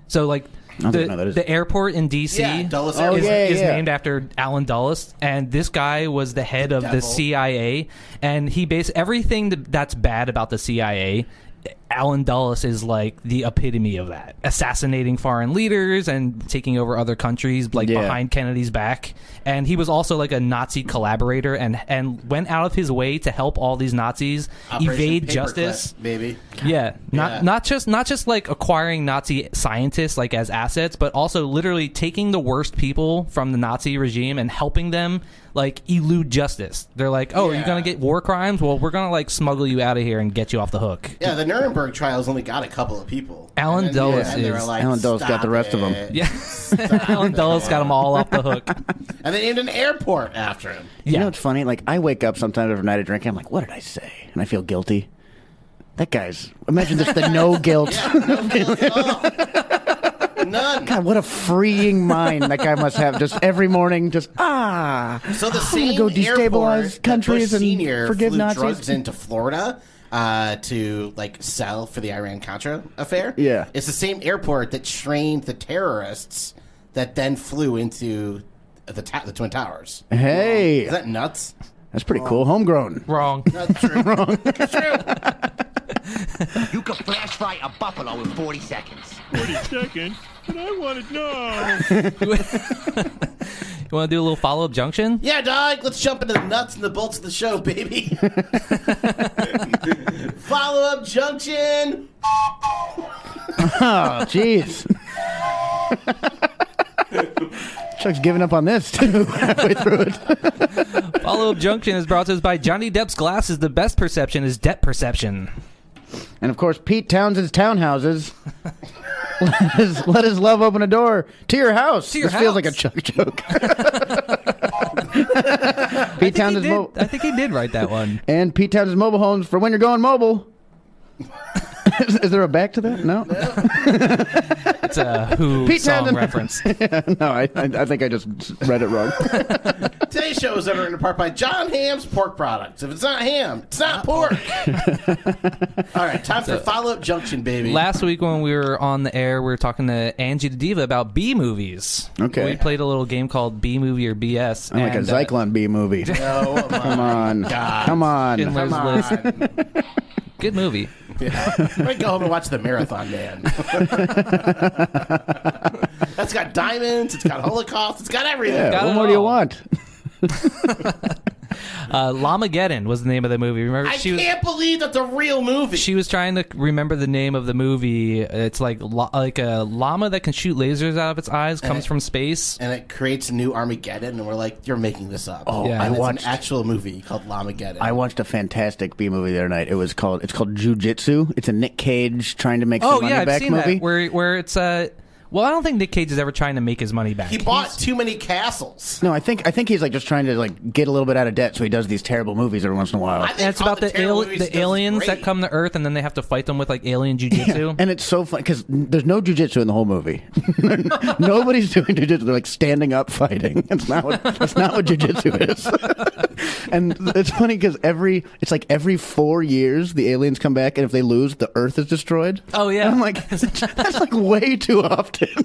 Speaker 3: So like
Speaker 5: don't
Speaker 3: the,
Speaker 5: know who that is.
Speaker 3: the airport in DC
Speaker 4: Yeah, Dulles
Speaker 5: Oh,
Speaker 4: Airport.
Speaker 3: is,
Speaker 5: yeah,
Speaker 3: is
Speaker 5: yeah.
Speaker 3: named after Alan Dulles, and this guy was the head of the
Speaker 4: Devil.
Speaker 3: CIA, and he based everything th- that's bad about the CIA. Alan Dulles is like the epitome of that, assassinating foreign leaders and taking over other countries, like
Speaker 5: Yeah.
Speaker 3: behind Kennedy's back. And he was also like a Nazi collaborator, and and went out of his way to help all these Nazis
Speaker 4: Operation
Speaker 3: evade
Speaker 4: Paperclip,
Speaker 3: justice.
Speaker 4: baby.
Speaker 3: Yeah, not
Speaker 4: Yeah.
Speaker 3: not just not just like acquiring Nazi scientists like as assets, but also literally taking the worst people from the Nazi regime and helping them like elude justice. They're like, "Oh, you're
Speaker 4: Yeah.
Speaker 3: going to get war crimes? Well, we're going to like smuggle you out of here and get you off the hook."
Speaker 4: Yeah, the Nuremberg trials only got a couple of people.
Speaker 3: Alan
Speaker 4: And then-
Speaker 3: Dulles
Speaker 4: and they were
Speaker 3: is-
Speaker 4: like,
Speaker 5: Alan Dulles got
Speaker 4: "Stop
Speaker 5: the rest of 'em."
Speaker 4: it."
Speaker 3: Yeah. Alan Dulles got them all off the hook.
Speaker 4: And they named an airport after him.
Speaker 5: You know
Speaker 3: Yeah.
Speaker 5: what's funny? Like I wake up sometimes every night I drink. I'm like, what did I say? And I feel guilty. That guy's. Imagine just the no guilt.
Speaker 4: None.
Speaker 5: God, Ah, what a freeing mind that guy must have. Just every morning, just ah.
Speaker 4: So the
Speaker 5: gonna
Speaker 4: same
Speaker 5: go destabilize
Speaker 4: airport
Speaker 5: countries
Speaker 4: that Bush
Speaker 5: and
Speaker 4: Senior
Speaker 5: forgive
Speaker 4: flew
Speaker 5: Nazis.
Speaker 4: drugs into Florida uh, to like sell for the Iran Contra affair.
Speaker 5: Yeah.
Speaker 4: it's the same airport that trained the terrorists that then flew into the ta- the Twin Towers.
Speaker 5: Hey,
Speaker 4: Is that nuts?
Speaker 5: that's pretty cool. Homegrown.
Speaker 3: Wrong.
Speaker 4: That's true.
Speaker 1: You can flash fry a buffalo in 40 seconds.
Speaker 6: seconds, but I want to know.
Speaker 3: you want to do a little follow-up junction?
Speaker 4: yeah, dog. Let's jump into the nuts and the bolts of the show, baby. Follow up junction.
Speaker 5: Oh, jeez. Chuck's giving up on this too. Halfway through it.
Speaker 3: Follow-up junction is brought to us by Johnny Depp's glasses. The best perception is depth perception.
Speaker 5: And of course, Pete Townsend's townhouses. let, his, let his love open a door to your house.
Speaker 3: To your
Speaker 5: this feels
Speaker 3: house.
Speaker 5: like a Chuck joke. Pete
Speaker 3: I think,
Speaker 5: Townsend's
Speaker 3: he did,
Speaker 5: mo-
Speaker 3: I think he did write that one.
Speaker 5: and Pete Townsend's mobile homes for when you're going mobile. is, is there a back to that? No, no.
Speaker 3: It's a uh, Who
Speaker 5: Pete
Speaker 3: song
Speaker 5: Townsend.
Speaker 3: reference.
Speaker 5: I, I, I think I just read it wrong.
Speaker 4: Today's show is underwritten in part by John Ham's Pork Products. If it's not ham, it's not pork. All right, time for follow up junction, baby.
Speaker 3: Last week when we were on the air, we were talking to Angie the Diva about B movies.
Speaker 5: Okay.
Speaker 3: We played a little game called B movie or BS.
Speaker 5: I'm like a
Speaker 3: and, uh,
Speaker 5: Zyklon B movie.
Speaker 4: oh, my
Speaker 5: Come on, come on.
Speaker 3: Schindler's
Speaker 4: Come
Speaker 3: List.
Speaker 4: on.
Speaker 3: Good movie.
Speaker 4: I go home and watch the Marathon Man. That's got diamonds. It's got Holocaust. It's got everything.
Speaker 5: Yeah,
Speaker 3: Got
Speaker 5: what
Speaker 3: it
Speaker 5: more do you
Speaker 3: all.
Speaker 5: want?
Speaker 3: Uh, Lamageddon was the name of the movie. Remember,
Speaker 4: I
Speaker 3: she was
Speaker 4: can't believe that's a real movie.
Speaker 3: she was trying to remember the name of the movie. It's like lo- like a llama that can shoot lasers out of its eyes
Speaker 5: Eh.
Speaker 3: comes from space.
Speaker 4: and it creates new Armageddon, and we're like, you're making this up. Oh,
Speaker 3: Yeah. I
Speaker 4: and it's
Speaker 5: watched-
Speaker 4: an actual movie called Lamageddon.
Speaker 5: I watched a fantastic B movie the other night. It was called it's called Jujitsu. It's a Nick Cage trying to make some
Speaker 3: Oh
Speaker 5: money
Speaker 3: yeah, I've
Speaker 5: back
Speaker 3: seen
Speaker 5: movie.
Speaker 3: that. Where where it's uh, well, I don't think Nick Cage is ever trying to make his money back.
Speaker 4: he bought too many castles.
Speaker 5: no, I think I think he's like just trying to like get a little bit out of debt, so he does these terrible movies every once in a while.
Speaker 4: I think
Speaker 3: And it's
Speaker 4: all
Speaker 3: about the
Speaker 4: terrible
Speaker 3: al-
Speaker 4: movies he
Speaker 3: the
Speaker 4: does is
Speaker 3: aliens that
Speaker 4: great.
Speaker 3: come to Earth, and then they have to fight them with like alien jujitsu.
Speaker 5: And it's so fun because there's no jujitsu in the whole movie. Nobody's doing jujitsu. They're like standing up fighting. It's not what that's not what jujitsu is. and it's funny because every it's like every four years the aliens come back, and if they lose, the Earth is destroyed.
Speaker 3: Oh, yeah.
Speaker 5: And I'm like that's like way too often.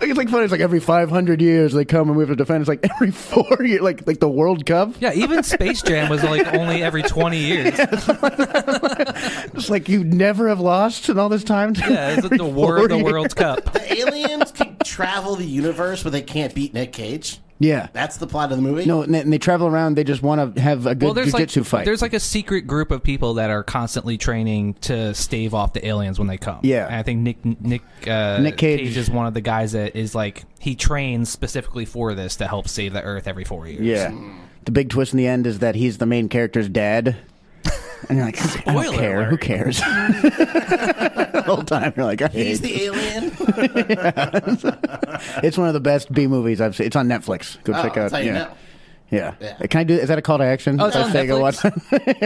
Speaker 5: Like, It's like funny. It's like every 500 years they come and we have to defend. It's like every four years, like like the World Cup.
Speaker 3: yeah, even Space Jam was like only every twenty years.
Speaker 5: It's like you never have lost in all this time.
Speaker 3: Yeah, it's
Speaker 5: Every
Speaker 3: the War
Speaker 5: four
Speaker 3: of the
Speaker 5: years.
Speaker 3: Worlds Cup.
Speaker 4: The aliens can travel the universe, but they can't beat Nick Cage.
Speaker 5: Yeah,
Speaker 4: That's the plot of the movie.
Speaker 5: No, and they, and they travel around. They just want to have a good
Speaker 3: Well, there's like
Speaker 5: jujitsu fight.
Speaker 3: there's like a secret group of people that are constantly training to stave off the aliens when they come.
Speaker 5: Yeah.
Speaker 3: and I think Nick Nick uh,
Speaker 5: Nick Cage.
Speaker 3: is one of the guys that is like he trains specifically for this to help save the Earth every four years.
Speaker 5: yeah. The big twist in the end is that he's the main character's dad. And you're like, I don't
Speaker 3: Spoiler
Speaker 5: care. Who
Speaker 3: alert.
Speaker 5: cares? the whole time you're like, I
Speaker 4: He's
Speaker 5: hate.
Speaker 4: the alien. Uh,
Speaker 5: it's one of the best B movies I've seen. It's on Netflix. Go
Speaker 4: Oh,
Speaker 5: check
Speaker 4: that's
Speaker 5: out.
Speaker 4: how you
Speaker 5: yeah.
Speaker 4: know.
Speaker 5: yeah,
Speaker 4: Yeah.
Speaker 5: Can I do? Is that a call to action?
Speaker 3: Oh, it's
Speaker 5: I
Speaker 3: on
Speaker 5: say go
Speaker 3: Netflix?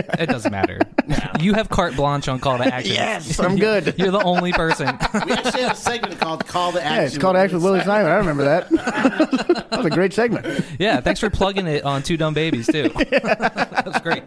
Speaker 5: watch-
Speaker 3: It doesn't matter. You have carte blanche on call to action.
Speaker 5: yes, I'm good.
Speaker 3: You're the only person.
Speaker 4: We actually have a segment called "Call to Action."
Speaker 5: Yeah, it's called action with Willie Simon. I remember that. that was a great segment.
Speaker 3: yeah, thanks for plugging it on Two Dumb Babies too. That's great.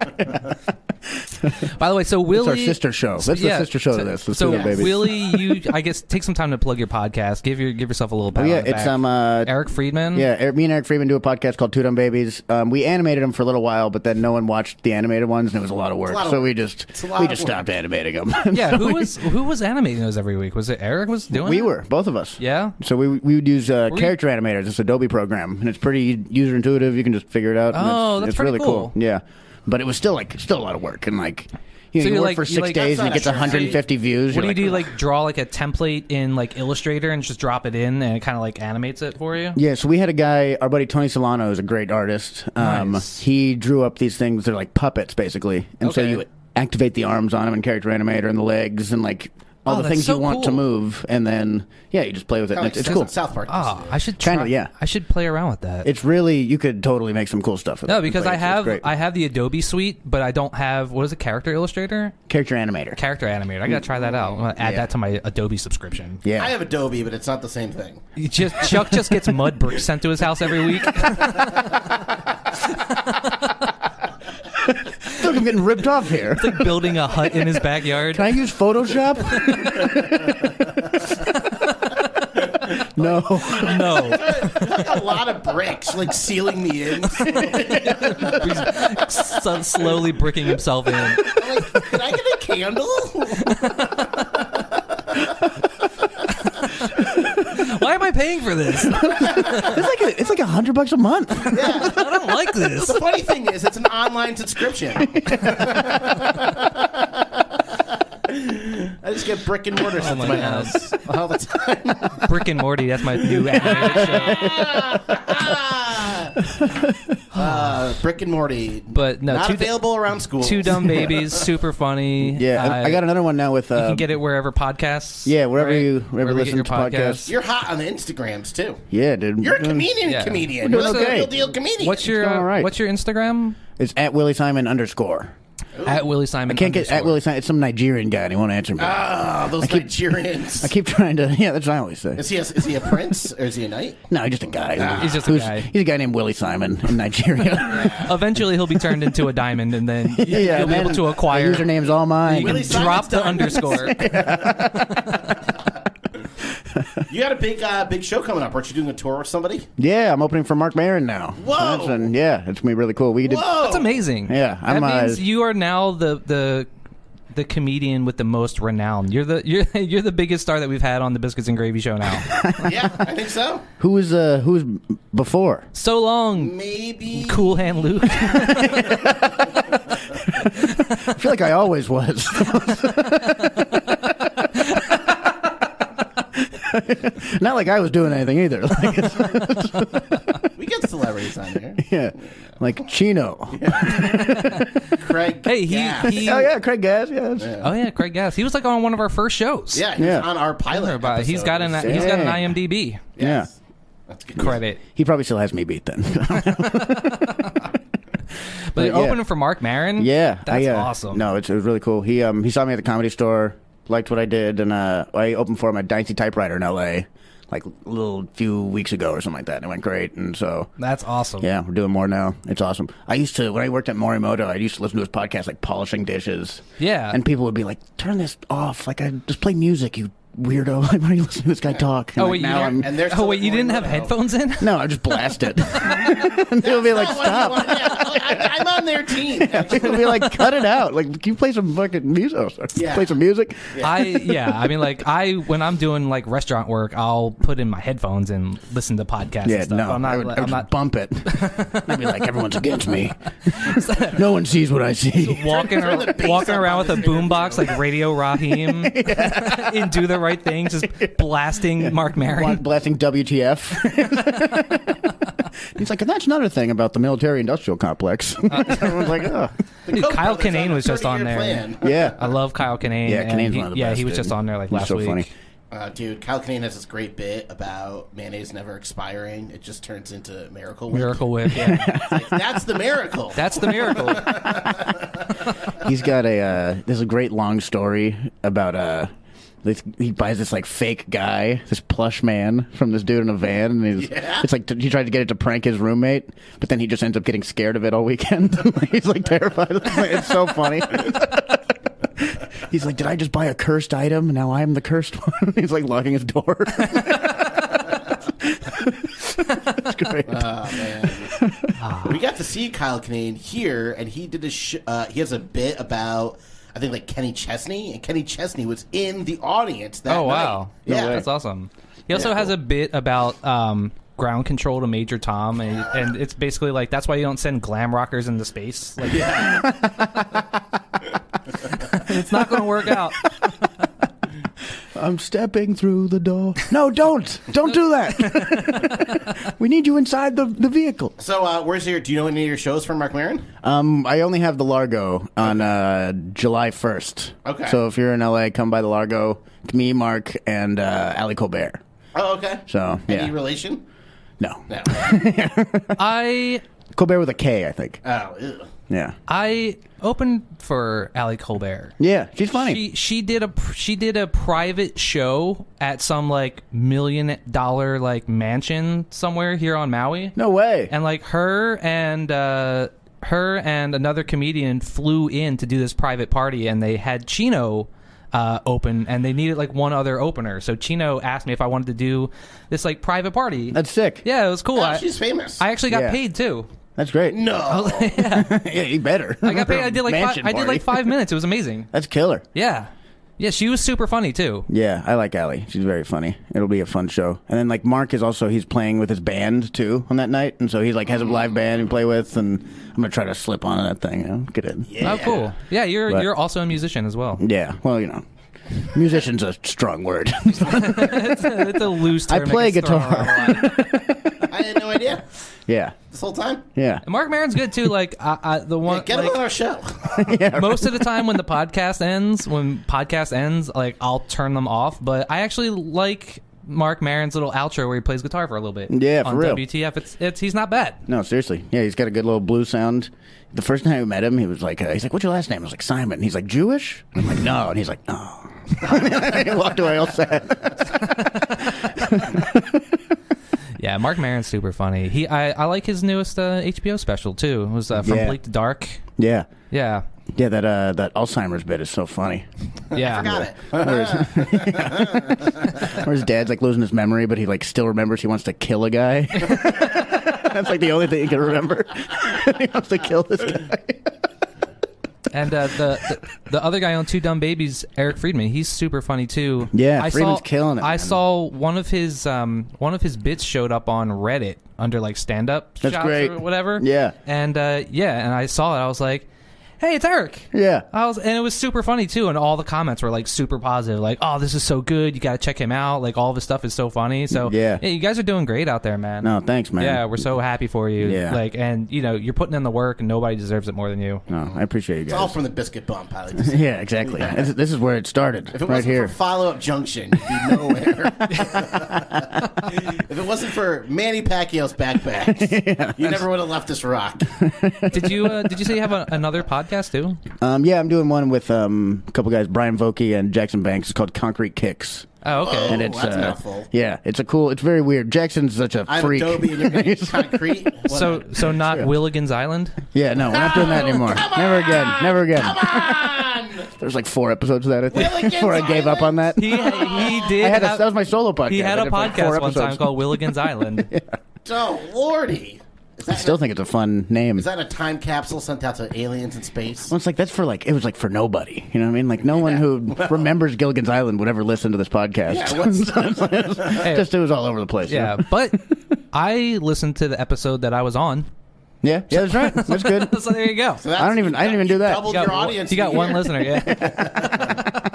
Speaker 3: By the way, so Willie,
Speaker 5: It's our sister show. That's the sister show
Speaker 3: so,
Speaker 5: to this. Let's
Speaker 3: so
Speaker 5: do that, baby.
Speaker 3: Willie, you, I guess, take some time to plug your podcast. Give your give yourself a little. Pat
Speaker 5: yeah,
Speaker 3: on the
Speaker 5: it's,
Speaker 3: back.
Speaker 5: um, uh,
Speaker 3: Eric Friedman.
Speaker 5: Yeah, Eric, me and Eric Freeman do a podcast called Two Dumb Babies. Um, we animated them for a little while, but then no one watched the animated ones, and it was a lot of work.
Speaker 4: lot of
Speaker 5: so
Speaker 4: work.
Speaker 5: we just
Speaker 4: a lot
Speaker 5: we
Speaker 4: of
Speaker 5: just
Speaker 4: work.
Speaker 5: stopped animating them.
Speaker 3: yeah. Who was who was animating those every week? Was it Eric? Was doing?
Speaker 5: we
Speaker 3: it?
Speaker 5: were both of us.
Speaker 3: Yeah.
Speaker 5: So we we would use uh,
Speaker 3: Were you-
Speaker 5: character animators. It's Adobe program, and it's pretty user intuitive. You can just figure it out. and
Speaker 3: Oh,
Speaker 5: it's,
Speaker 3: that's
Speaker 5: it's
Speaker 3: pretty
Speaker 5: really
Speaker 3: cool.
Speaker 5: Yeah, but it was still like still a lot of work, and like
Speaker 3: So
Speaker 5: you, know, you
Speaker 3: you're
Speaker 5: work
Speaker 3: like-
Speaker 5: for
Speaker 3: you're
Speaker 5: six
Speaker 3: like,
Speaker 5: days
Speaker 4: that's
Speaker 5: and it
Speaker 4: not
Speaker 5: gets
Speaker 4: a show.
Speaker 5: 150 views.
Speaker 3: What do
Speaker 5: You're
Speaker 3: you do?
Speaker 5: like, uh,
Speaker 3: Like draw like a template in like Illustrator and just drop it in, and it kind of like animates it for you.
Speaker 5: Yeah, so we had a guy, our buddy Tony Solano is a great artist. Um,
Speaker 3: Nice.
Speaker 5: He drew up these things. They're like puppets, basically. And so
Speaker 3: Okay.
Speaker 5: you activate the arms on him and character animator and the legs and like all
Speaker 3: Oh,
Speaker 5: the
Speaker 3: that's
Speaker 5: things
Speaker 3: so
Speaker 5: you want to
Speaker 3: cool.
Speaker 5: move. And then, yeah, you just play with it. and
Speaker 4: Like
Speaker 5: it's it's
Speaker 4: South-
Speaker 5: cool.
Speaker 4: oh, South Park.
Speaker 3: Ah, I should try.
Speaker 5: Kinda, yeah.
Speaker 3: I should play around with that.
Speaker 5: It's really, you could totally make some cool stuff with it.
Speaker 3: no, because
Speaker 5: Like,
Speaker 3: I
Speaker 5: it's
Speaker 3: have
Speaker 5: great.
Speaker 3: I have the Adobe suite, but I don't have what is it? Character Illustrator,
Speaker 5: character animator.
Speaker 3: character animator. I gotta try that out. I'm gonna add
Speaker 5: Yeah.
Speaker 3: that to my Adobe subscription.
Speaker 5: yeah.
Speaker 4: I have Adobe, but it's not the same thing.
Speaker 3: You Just Chuck just gets mud bricks sent to his house every week.
Speaker 5: I feel like I'm getting ripped off here.
Speaker 3: like building a hut in his backyard.
Speaker 5: Can I use Photoshop? no.
Speaker 3: No.
Speaker 4: Like a lot of bricks, like sealing the ends.
Speaker 3: He's so- slowly bricking himself in.
Speaker 4: I'm like, can I get a candle?
Speaker 3: Why am I paying for this? I
Speaker 5: It's like a, it's like a hundred bucks a month.
Speaker 3: don't like this.
Speaker 4: The funny thing is, it's an online subscription. I just get brick and mortar sent
Speaker 3: my
Speaker 4: to my
Speaker 3: God.
Speaker 4: house all the time.
Speaker 3: Brick and Morty, that's my new animated show.
Speaker 4: Uh, Ah, brick and Morty,
Speaker 3: But no,
Speaker 4: not
Speaker 3: two,
Speaker 4: available around school.
Speaker 3: two dumb babies, super funny.
Speaker 5: Yeah, I, I got another one now with. Uh,
Speaker 3: You can get it wherever podcasts.
Speaker 5: Yeah, wherever
Speaker 3: right?
Speaker 5: you wherever,
Speaker 3: you
Speaker 5: you
Speaker 3: get
Speaker 5: listen
Speaker 3: your
Speaker 5: to podcasts.
Speaker 3: podcasts.
Speaker 4: You're hot on the Instagrams too.
Speaker 5: Yeah, dude.
Speaker 4: You're a comedian,
Speaker 3: Yeah.
Speaker 4: comedian.
Speaker 5: We're
Speaker 4: You're
Speaker 5: doing
Speaker 4: a
Speaker 5: okay.
Speaker 4: real deal comedian.
Speaker 3: What's your
Speaker 5: going
Speaker 3: uh,
Speaker 5: alright.
Speaker 3: What's your Instagram?
Speaker 5: It's at Willie Simon underscore.
Speaker 3: At Willie Simon.
Speaker 5: I can't get
Speaker 3: underscore.
Speaker 5: at Willie Simon. It's some Nigerian guy, and he won't answer me.
Speaker 4: Ah, those Nigerians.
Speaker 5: I keep trying to. Yeah, that's what I always say.
Speaker 4: Is he a, is he a prince or is he a knight?
Speaker 5: No, just a guy.
Speaker 4: Ah.
Speaker 3: He's just a
Speaker 5: Who's-
Speaker 3: guy.
Speaker 5: He's a guy named Willie Simon in Nigeria.
Speaker 3: Eventually, he'll be turned into a diamond, and then you'll be able
Speaker 5: man,
Speaker 3: to acquire.
Speaker 5: The username's all mine.
Speaker 3: You can
Speaker 4: Willie
Speaker 3: drop
Speaker 4: Simon's
Speaker 3: the
Speaker 4: diamond.
Speaker 3: underscore.
Speaker 4: You got a big uh, big show coming up. Aren't you doing a tour with somebody?
Speaker 5: yeah, I'm opening for Mark Maron now.
Speaker 4: Whoa!
Speaker 5: That's an- yeah, it's gonna be really cool. We did.
Speaker 4: Whoa!
Speaker 3: That's amazing.
Speaker 5: Yeah, I'm,
Speaker 3: that means
Speaker 5: uh,
Speaker 3: you are now the the the comedian with the most renown. You're the you're you're the biggest star that we've had on the Biscuits and Gravy show now.
Speaker 4: yeah, I think so.
Speaker 5: Who was uh who was before?
Speaker 3: so long,
Speaker 4: Maybe.
Speaker 3: Cool Hand Luke.
Speaker 5: I feel like I always was. Not like I was doing anything either. Like, it's-
Speaker 4: We get celebrities on here.
Speaker 5: yeah, like Chino.
Speaker 4: Craig.
Speaker 3: Hey, he,
Speaker 4: Gass.
Speaker 3: he
Speaker 5: Oh yeah, Craig Gass. Yeah, that's-
Speaker 3: Oh yeah, Craig Gass. He was like on one of our first shows.
Speaker 4: Yeah, he's
Speaker 5: Yeah.
Speaker 4: on our pilot.
Speaker 3: But he's got an
Speaker 4: episode.
Speaker 3: he's got an
Speaker 5: Dang.
Speaker 3: IMDb
Speaker 5: yeah.
Speaker 4: That's good.
Speaker 3: credit.
Speaker 5: He probably still has me beat then.
Speaker 3: But
Speaker 5: yeah.
Speaker 3: opening for Mark Maron.
Speaker 5: yeah,
Speaker 3: that's
Speaker 5: I, uh,
Speaker 3: awesome.
Speaker 5: No, it's, it was really cool. He um he saw me at the comedy store, liked what I did, and uh I opened for him at Dynasty Typewriter in L.A. like a little few weeks ago or something like that, and it went great. And so
Speaker 3: that's awesome.
Speaker 5: Yeah, we're doing more now. It's awesome. I used to when I worked at Morimoto, I used to listen to his podcast like polishing dishes.
Speaker 3: Yeah.
Speaker 5: and people would be like, "Turn this off! Like, I just play music, you weirdo! Like, why are you listening to this guy talk?" And,
Speaker 3: Oh
Speaker 5: like,
Speaker 3: wait, you
Speaker 5: now
Speaker 3: didn't-
Speaker 5: I'm
Speaker 4: And there's
Speaker 3: oh wait,
Speaker 4: still
Speaker 3: you didn't have
Speaker 4: Morimoto.
Speaker 3: headphones in.
Speaker 5: no, I just blast it. and they'll be like,
Speaker 4: That's not
Speaker 5: "Stop!"
Speaker 4: what you want. Yeah, I- I'm on their team.
Speaker 5: They'll be like, "Cut it out! Like, can you play some fucking music? Oh, sorry.
Speaker 4: Yeah.
Speaker 5: Play some music."
Speaker 3: I yeah, I mean like I when I'm doing like restaurant work, I'll put in my headphones and listen to podcasts.
Speaker 5: Yeah,
Speaker 3: and stuff.
Speaker 5: no,
Speaker 3: I'm not.
Speaker 5: I would, I
Speaker 3: am
Speaker 5: would
Speaker 3: not
Speaker 5: bump it. I'd be like, "Everyone's against me. no one sees what I see."
Speaker 3: walking ar- walking around with a boombox like Radio Rahim and do the right thing, just blasting Mark
Speaker 5: Bla-
Speaker 3: Maron.
Speaker 5: blasting WTF. He's like, and that's another thing about the military industrial complex.
Speaker 3: Uh,
Speaker 5: Everyone's like, oh.
Speaker 3: Dude,
Speaker 4: Koch
Speaker 3: Kyle
Speaker 4: brothers
Speaker 3: Kinane
Speaker 4: on a
Speaker 3: was just on
Speaker 4: 30-year
Speaker 3: there.
Speaker 4: plan.
Speaker 3: I
Speaker 5: Yeah.
Speaker 3: love Kyle Kinane.
Speaker 5: Yeah,
Speaker 3: and
Speaker 5: Kinane's
Speaker 3: he,
Speaker 5: one of the
Speaker 3: yeah,
Speaker 5: best,
Speaker 3: he was just
Speaker 5: dude.
Speaker 3: on there like
Speaker 5: He's
Speaker 3: last
Speaker 5: so
Speaker 3: week.
Speaker 5: funny.
Speaker 4: Uh, dude, Kyle Kinane has this great bit about mayonnaise never expiring. It just turns into miracle. Whip.
Speaker 3: Miracle Whip. Yeah.
Speaker 4: It's like, that's the miracle.
Speaker 3: That's the miracle.
Speaker 5: He's got a, uh, there's a great long story about, uh, this, he buys this like fake guy, this plush man from this dude in a van, and he's it's like t- he tried to get it to prank his roommate, but then he just ends up getting scared of it all weekend. he's like terrified. It's so funny. he's like, did I just buy a cursed item? Now I'm the cursed one. he's like locking his door. It's great.
Speaker 4: Oh, man. we got to see Kyle Kinane here, and he did a sh- uh, he has a bit about I think like Kenny Chesney, and Kenny Chesney was in the audience. That
Speaker 3: oh
Speaker 4: night.
Speaker 3: wow,
Speaker 4: yeah,
Speaker 3: that's awesome. He also has a bit about um, ground control to Major Tom, and, and it's basically like that's why you don't send glam rockers into space. Like, it's not going to work out.
Speaker 5: I'm stepping through the door. No, don't. Don't do that. we need you inside the, the vehicle.
Speaker 4: So uh, where's your? Do you know any of your shows from Mark Maron?
Speaker 5: Um, I only have the Largo on uh, July 1st.
Speaker 4: Okay.
Speaker 5: So if you're in LA, come by the Largo. It's me, Mark, and uh, Ali Colbert.
Speaker 4: Oh, okay.
Speaker 5: So, yeah.
Speaker 4: Any relation?
Speaker 5: No.
Speaker 4: No.
Speaker 3: I
Speaker 5: Colbert with a K, I think.
Speaker 4: oh, ew.
Speaker 5: Yeah.
Speaker 3: I opened for Ali Colbert.
Speaker 5: Yeah, she's funny.
Speaker 3: She she did a she did a private show at some like million dollar like mansion somewhere here on Maui.
Speaker 5: no way.
Speaker 3: and like her and uh her and another comedian flew in to do this private party and they had chino uh, open and they needed like one other opener so chino asked me if i wanted to do this like private party
Speaker 5: That's sick.
Speaker 3: yeah it was cool
Speaker 4: Oh,
Speaker 3: I,
Speaker 4: she's famous.
Speaker 3: I Oh, actually got
Speaker 5: Yeah.
Speaker 3: paid too
Speaker 5: That's great.
Speaker 4: no.
Speaker 5: yeah, you better.
Speaker 3: i got paid i did like five, i did like five minutes it was amazing
Speaker 5: That's killer.
Speaker 3: yeah yeah she was super funny too Oh,
Speaker 5: Yeah, I like Allie. She's very funny. It'll be a fun show. And then like Mark is also he's playing with his band too on that night, and so he's like has a live band he play with, and I'm gonna try to slip on that thing. You know? Get in. Yeah.
Speaker 3: oh cool yeah you're
Speaker 5: But-
Speaker 3: you're also a musician as well
Speaker 5: Well, you know, musician's a strong word.
Speaker 3: it's a loose
Speaker 5: I
Speaker 3: term
Speaker 5: play
Speaker 3: gets thrown
Speaker 5: guitar.
Speaker 3: around a lot.
Speaker 4: I had no idea
Speaker 5: yeah.
Speaker 4: this whole time.
Speaker 5: Yeah.
Speaker 3: mark maron's good too like I, I, the one
Speaker 4: Get
Speaker 3: like,
Speaker 4: him on our show.
Speaker 3: most of the time when the podcast ends, when podcast ends, like I'll turn them off. But I actually like Mark Maron's little outro where he plays guitar for a little bit.
Speaker 5: Yeah, for
Speaker 3: on
Speaker 5: real.
Speaker 3: WTF? It's it's he's not bad.
Speaker 5: No, seriously. Yeah, he's got a good little blue sound. The first time I met him, he was like, uh, he's like, what's your last name? I was like, Simon. He's like, Jewish? I'm like, no. And he's like, oh. he walked away all sad.
Speaker 3: Yeah, Mark Maron's super funny. He I, I like his newest uh, HBO special too. It was uh, from
Speaker 5: Yeah.
Speaker 3: Bleak to Dark.
Speaker 5: Yeah.
Speaker 3: Yeah,
Speaker 5: Yeah, that uh, that Alzheimer's bit is so funny.
Speaker 3: yeah.
Speaker 4: Got it.
Speaker 5: Or his dad's like losing his memory, but he like still remembers he wants to kill a guy. That's like the only thing he can remember. he wants to kill this guy.
Speaker 3: And uh, the, the the other guy on Two Dumb Babies, Eric Friedman, he's super funny too.
Speaker 5: Yeah,
Speaker 3: I
Speaker 5: Friedman's
Speaker 3: saw,
Speaker 5: killing it,
Speaker 3: I
Speaker 5: man.
Speaker 3: saw one of his um one of his bits showed up on Reddit under like stand up
Speaker 5: That's great.
Speaker 3: or whatever.
Speaker 5: Yeah.
Speaker 3: and uh, yeah, and I saw it. I was like, hey, it's Eric.
Speaker 5: Yeah.
Speaker 3: I was, and it was super funny too. And all the comments were like super positive, like, oh, this is so good. You got to check him out. Like all of his stuff is so funny. So
Speaker 5: Yeah.
Speaker 3: you guys are doing great out there, man.
Speaker 5: No, thanks, man.
Speaker 3: Yeah, we're so happy for you.
Speaker 5: Yeah.
Speaker 3: Like, and you know, you're putting in the work, and nobody deserves it more than you.
Speaker 5: No, Oh, I appreciate you
Speaker 4: It's all
Speaker 5: guys.
Speaker 4: from the biscuit bump. I like to say.
Speaker 5: Yeah, exactly. This, this is where it started,
Speaker 4: If it
Speaker 5: right
Speaker 4: wasn't
Speaker 5: here.
Speaker 4: for Follow Up Junction, you'd be nowhere. if it wasn't for Manny Pacquiao's backpacks, you never would have left this rock.
Speaker 3: Did you? Uh, did you say you have a, another podcast too?
Speaker 5: Um, yeah, I'm doing one with um, a couple guys, Brian Vokey and Jackson Banks. It's called Concrete Kicks.
Speaker 3: Oh, okay.
Speaker 5: and
Speaker 4: Oh,
Speaker 5: it's
Speaker 4: that's
Speaker 5: uh,
Speaker 4: mouthful.
Speaker 5: yeah, it's a cool. It's very weird. Jackson's such a
Speaker 4: I'm
Speaker 5: freak.
Speaker 4: Adobe and you're going to use concrete. What
Speaker 3: so, so not Willigan's Island.
Speaker 5: yeah, no, we're not doing that
Speaker 4: No,
Speaker 5: anymore.
Speaker 4: come
Speaker 5: Never again.
Speaker 4: on,
Speaker 5: Never again.
Speaker 4: Come on!
Speaker 5: There's like four episodes of that I think,
Speaker 4: Willigan's
Speaker 5: before I gave up on that.
Speaker 3: He, he did.
Speaker 5: I had a,
Speaker 3: have-
Speaker 5: that was my solo podcast.
Speaker 3: he had
Speaker 5: I
Speaker 3: a
Speaker 5: did for, like, four
Speaker 3: podcast one time
Speaker 5: episodes.
Speaker 3: called Willigan's Island.
Speaker 4: Oh, lordy. Is
Speaker 5: I
Speaker 4: that,
Speaker 5: still think it's a fun name.
Speaker 4: is that a time capsule sent out to aliens in space?
Speaker 5: Well, it's like that's for like it was like for nobody. You know what I mean? Like no one who remembers Gilligan's Island would ever listen to this podcast.
Speaker 4: Yeah, what's-
Speaker 5: Just it was all over the place. you
Speaker 3: Yeah,
Speaker 5: know?
Speaker 3: but I listened to the episode that I was on.
Speaker 5: yeah, yeah. That's right. That's good.
Speaker 3: So there you go.
Speaker 5: I don't even- I didn't even do that.
Speaker 4: Doubled
Speaker 3: You got
Speaker 4: your
Speaker 3: one-
Speaker 4: audience.
Speaker 3: You got
Speaker 4: in a
Speaker 3: one
Speaker 4: year.
Speaker 3: listener. Yeah.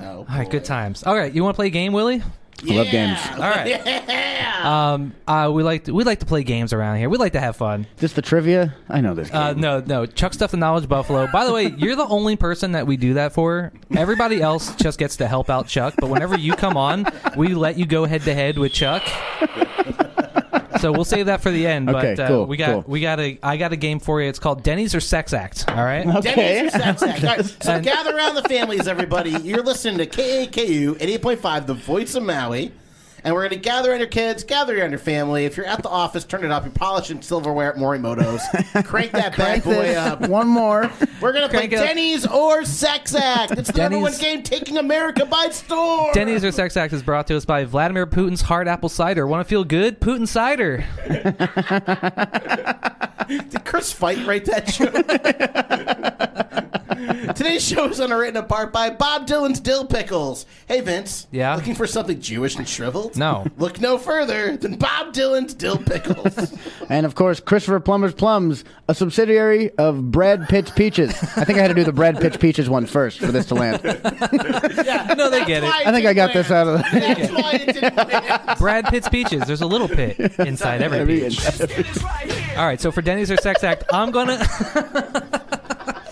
Speaker 4: Oh,
Speaker 3: All right. Good times. All right. You want to play a game, Willie?
Speaker 5: I love games.
Speaker 3: All right. Um. Uh. We like to, we like to play games around here. We like to have fun.
Speaker 5: Just the trivia. I know this. Game.
Speaker 3: Uh, no, no. Chuck stuff the knowledge buffalo. By the way, you're the only person that we do that for. Everybody else just gets to help out Chuck, but whenever you come on, we let you go head to head with Chuck. So we'll save that for the end.
Speaker 5: Okay,
Speaker 3: but uh,
Speaker 5: cool,
Speaker 3: we got
Speaker 5: cool.
Speaker 3: we got a I got a game for you. It's called Denny's or Sex Act. All right.
Speaker 5: Okay.
Speaker 4: Denny's or Sex Act. All right, so
Speaker 3: And-
Speaker 4: gather around the families, everybody. You're listening to KAKU 88.5, The Voice of Maui. And we're going to gather around your kids, gather around your family. If you're at the office, turn it up. You're polishing silverware at Morimoto's. Crank that bad
Speaker 5: Crank
Speaker 4: boy
Speaker 5: this.
Speaker 4: up.
Speaker 5: One more.
Speaker 4: We're going to play
Speaker 3: Crank it up.
Speaker 4: Denny's or Sex Act. It's the number
Speaker 3: Denny's-
Speaker 4: one game taking America by storm.
Speaker 3: Denny's or Sex Act is brought to us by Vladimir Putin's Hard Apple Cider. Want to feel good? Putin Cider.
Speaker 4: Did Chris Fight write that joke? Today's show is underwritten apart by Bob Dylan's Dill Pickles. Hey, Vince.
Speaker 3: Yeah?
Speaker 4: Looking for something Jewish and shriveled?
Speaker 3: No.
Speaker 4: Look no further than Bob Dylan's Dill Pickles.
Speaker 5: And of course, Christopher Plummer's Plums, a subsidiary of Brad Pitt's Peaches. I think I had to do the Brad Pitt's Peaches one first for this to land.
Speaker 3: No, they get it.
Speaker 5: I think I got this out of the.
Speaker 4: That's why it didn't land.
Speaker 3: Brad Pitt's peaches. There's a little pit inside every peach. All right, so for Denny's or Sex Act, I'm gonna.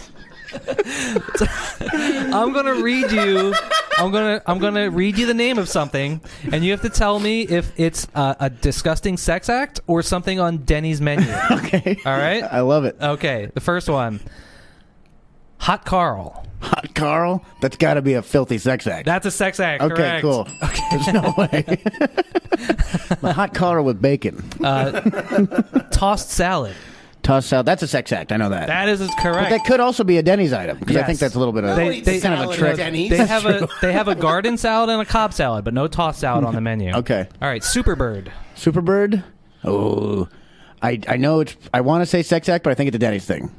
Speaker 3: I'm gonna read you. I'm gonna I'm gonna read you the name of something, and you have to tell me if it's uh, a disgusting sex act or something on Denny's menu.
Speaker 5: Okay.
Speaker 3: All
Speaker 5: I
Speaker 3: right.
Speaker 5: love it.
Speaker 3: Okay. The first one. Hot Carl.
Speaker 5: Hot Carl, that's got to be a filthy sex act.
Speaker 3: That's a sex act.
Speaker 5: okay,
Speaker 3: correct.
Speaker 5: cool. Okay. There's no way. My hot Carl with bacon.
Speaker 3: Tossed salad.
Speaker 5: Toss out. That's a sex act. I know that.
Speaker 3: That is
Speaker 5: but
Speaker 3: correct.
Speaker 5: that could also be a Denny's item because I
Speaker 3: Yes.
Speaker 5: think that's a little bit of.
Speaker 4: Nobody
Speaker 3: they-
Speaker 4: eats
Speaker 5: kind of a
Speaker 4: salad at
Speaker 5: trick.
Speaker 4: Denny's.
Speaker 3: They have a they have a garden salad and a cob salad, but no tossed salad on the menu.
Speaker 5: Okay.
Speaker 3: All right, Superbird.
Speaker 5: Superbird. Oh, I I know it's. I want to say sex act, but I think it's a Denny's thing.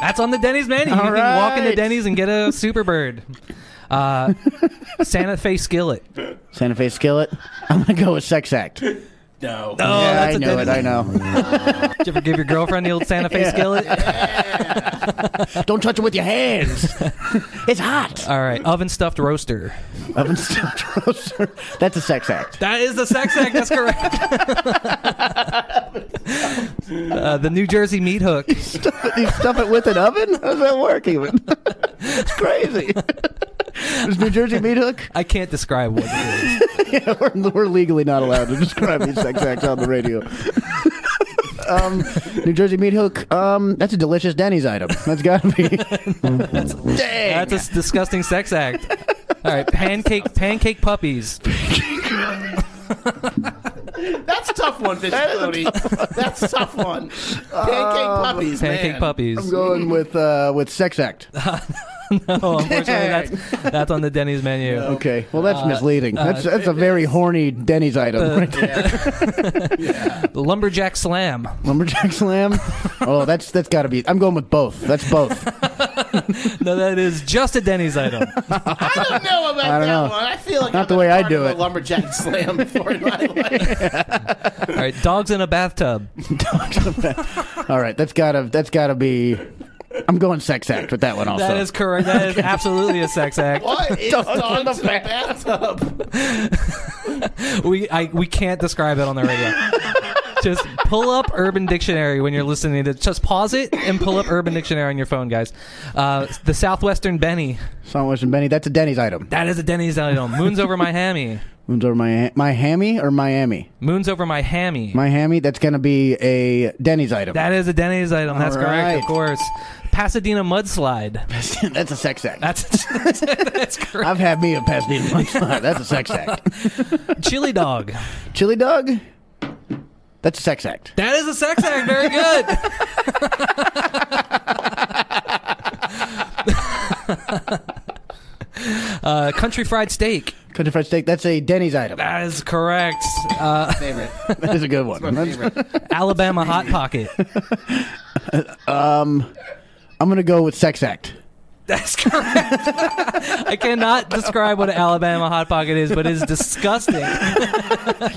Speaker 3: That's on the Denny's menu. You
Speaker 5: All
Speaker 3: can walk into
Speaker 5: right.
Speaker 3: Denny's and get a Superbird. Uh, Santa Fe skillet. Oh,
Speaker 5: Santa Fe skillet. I'm gonna go with sex act.
Speaker 4: no.
Speaker 5: yeah,
Speaker 3: Oh, that's
Speaker 5: I
Speaker 3: a
Speaker 5: know it.
Speaker 3: Denny's-
Speaker 5: I
Speaker 3: Did
Speaker 5: know.
Speaker 3: you ever give your girlfriend the old Santa Fe skillet?
Speaker 5: Don't touch it with your hands. it's hot.
Speaker 3: All right, oven stuffed roaster.
Speaker 5: Oven stuffed roaster. That's a sex act.
Speaker 3: That is the sex act. That's correct. uh, the New Jersey meat hook.
Speaker 5: you stuff it with an oven? How's that work even? it's crazy. Is New Jersey meat hook?
Speaker 3: I can't describe what it is.
Speaker 5: Yeah, we're, we're legally not allowed to describe these sex acts on the radio. um, New Jersey meat hook. Um, that's a delicious Denny's item. That's got to be. Dang.
Speaker 3: That's a disgusting sex act. All right, pancake pancake puppies.
Speaker 4: That's a tough one, Vince Cody. That's a tough one. Pancake puppies,
Speaker 3: Um, Pancake
Speaker 4: man.
Speaker 3: puppies.
Speaker 5: I'm going with uh, with sex act.
Speaker 3: no, Oh, unfortunately, that's, that's on the Denny's menu.
Speaker 5: Okay. Well,
Speaker 3: Uh,
Speaker 5: that's misleading. That's that's a very horny Denny's item. right there.
Speaker 3: The Lumberjack Slam.
Speaker 5: Lumberjack slam. oh, that's that's got to be. I'm going with both. That's both.
Speaker 3: No, that is just a Denny's item.
Speaker 4: I don't know about
Speaker 5: don't
Speaker 4: that
Speaker 5: know.
Speaker 4: one. I feel like
Speaker 5: Not
Speaker 4: I've
Speaker 5: the
Speaker 4: been
Speaker 5: way I
Speaker 4: part
Speaker 5: do
Speaker 4: of
Speaker 5: it.
Speaker 4: A lumberjack slam before in my life.
Speaker 3: All right, dogs in a bathtub.
Speaker 5: All right. That's gotta that's gotta be. I'm going sex act with that one also.
Speaker 3: That is correct. That is absolutely a sex act.
Speaker 4: What is
Speaker 5: Dogs in
Speaker 4: dogs
Speaker 5: the
Speaker 4: in the bathtub?
Speaker 3: We I, we can't describe it on the radio. just pull up Urban Dictionary when you're listening to. Just pause it and pull up Urban Dictionary on your phone, guys. Uh, the Southwestern Benny.
Speaker 5: Sandwich and Benny. That's a Denny's item.
Speaker 3: That is a Denny's item. Moons over my hammy.
Speaker 5: Moons over my my hammy or Miami.
Speaker 3: Moons over my hammy.
Speaker 5: My hammy. That's gonna be a Denny's item.
Speaker 3: that is a Denny's item. That's
Speaker 5: All
Speaker 3: correct,
Speaker 5: right.
Speaker 3: of course. Pasadena mudslide.
Speaker 5: that's a sex act.
Speaker 3: That's that's, that's correct.
Speaker 5: I've had me a Pasadena lunchline. That's a sex act.
Speaker 3: Chili dog.
Speaker 5: Chili dog. That's a sex act.
Speaker 3: That is a sex act. Very good. uh, country fried steak.
Speaker 5: Country fried steak. That's a Denny's item.
Speaker 3: That is correct. Uh,
Speaker 4: Favorite.
Speaker 5: That is a good one. That's-
Speaker 3: Alabama hot pocket.
Speaker 5: I'm gonna go with sex act.
Speaker 3: That's correct. I cannot describe what an Alabama hot pocket is, but it is disgusting.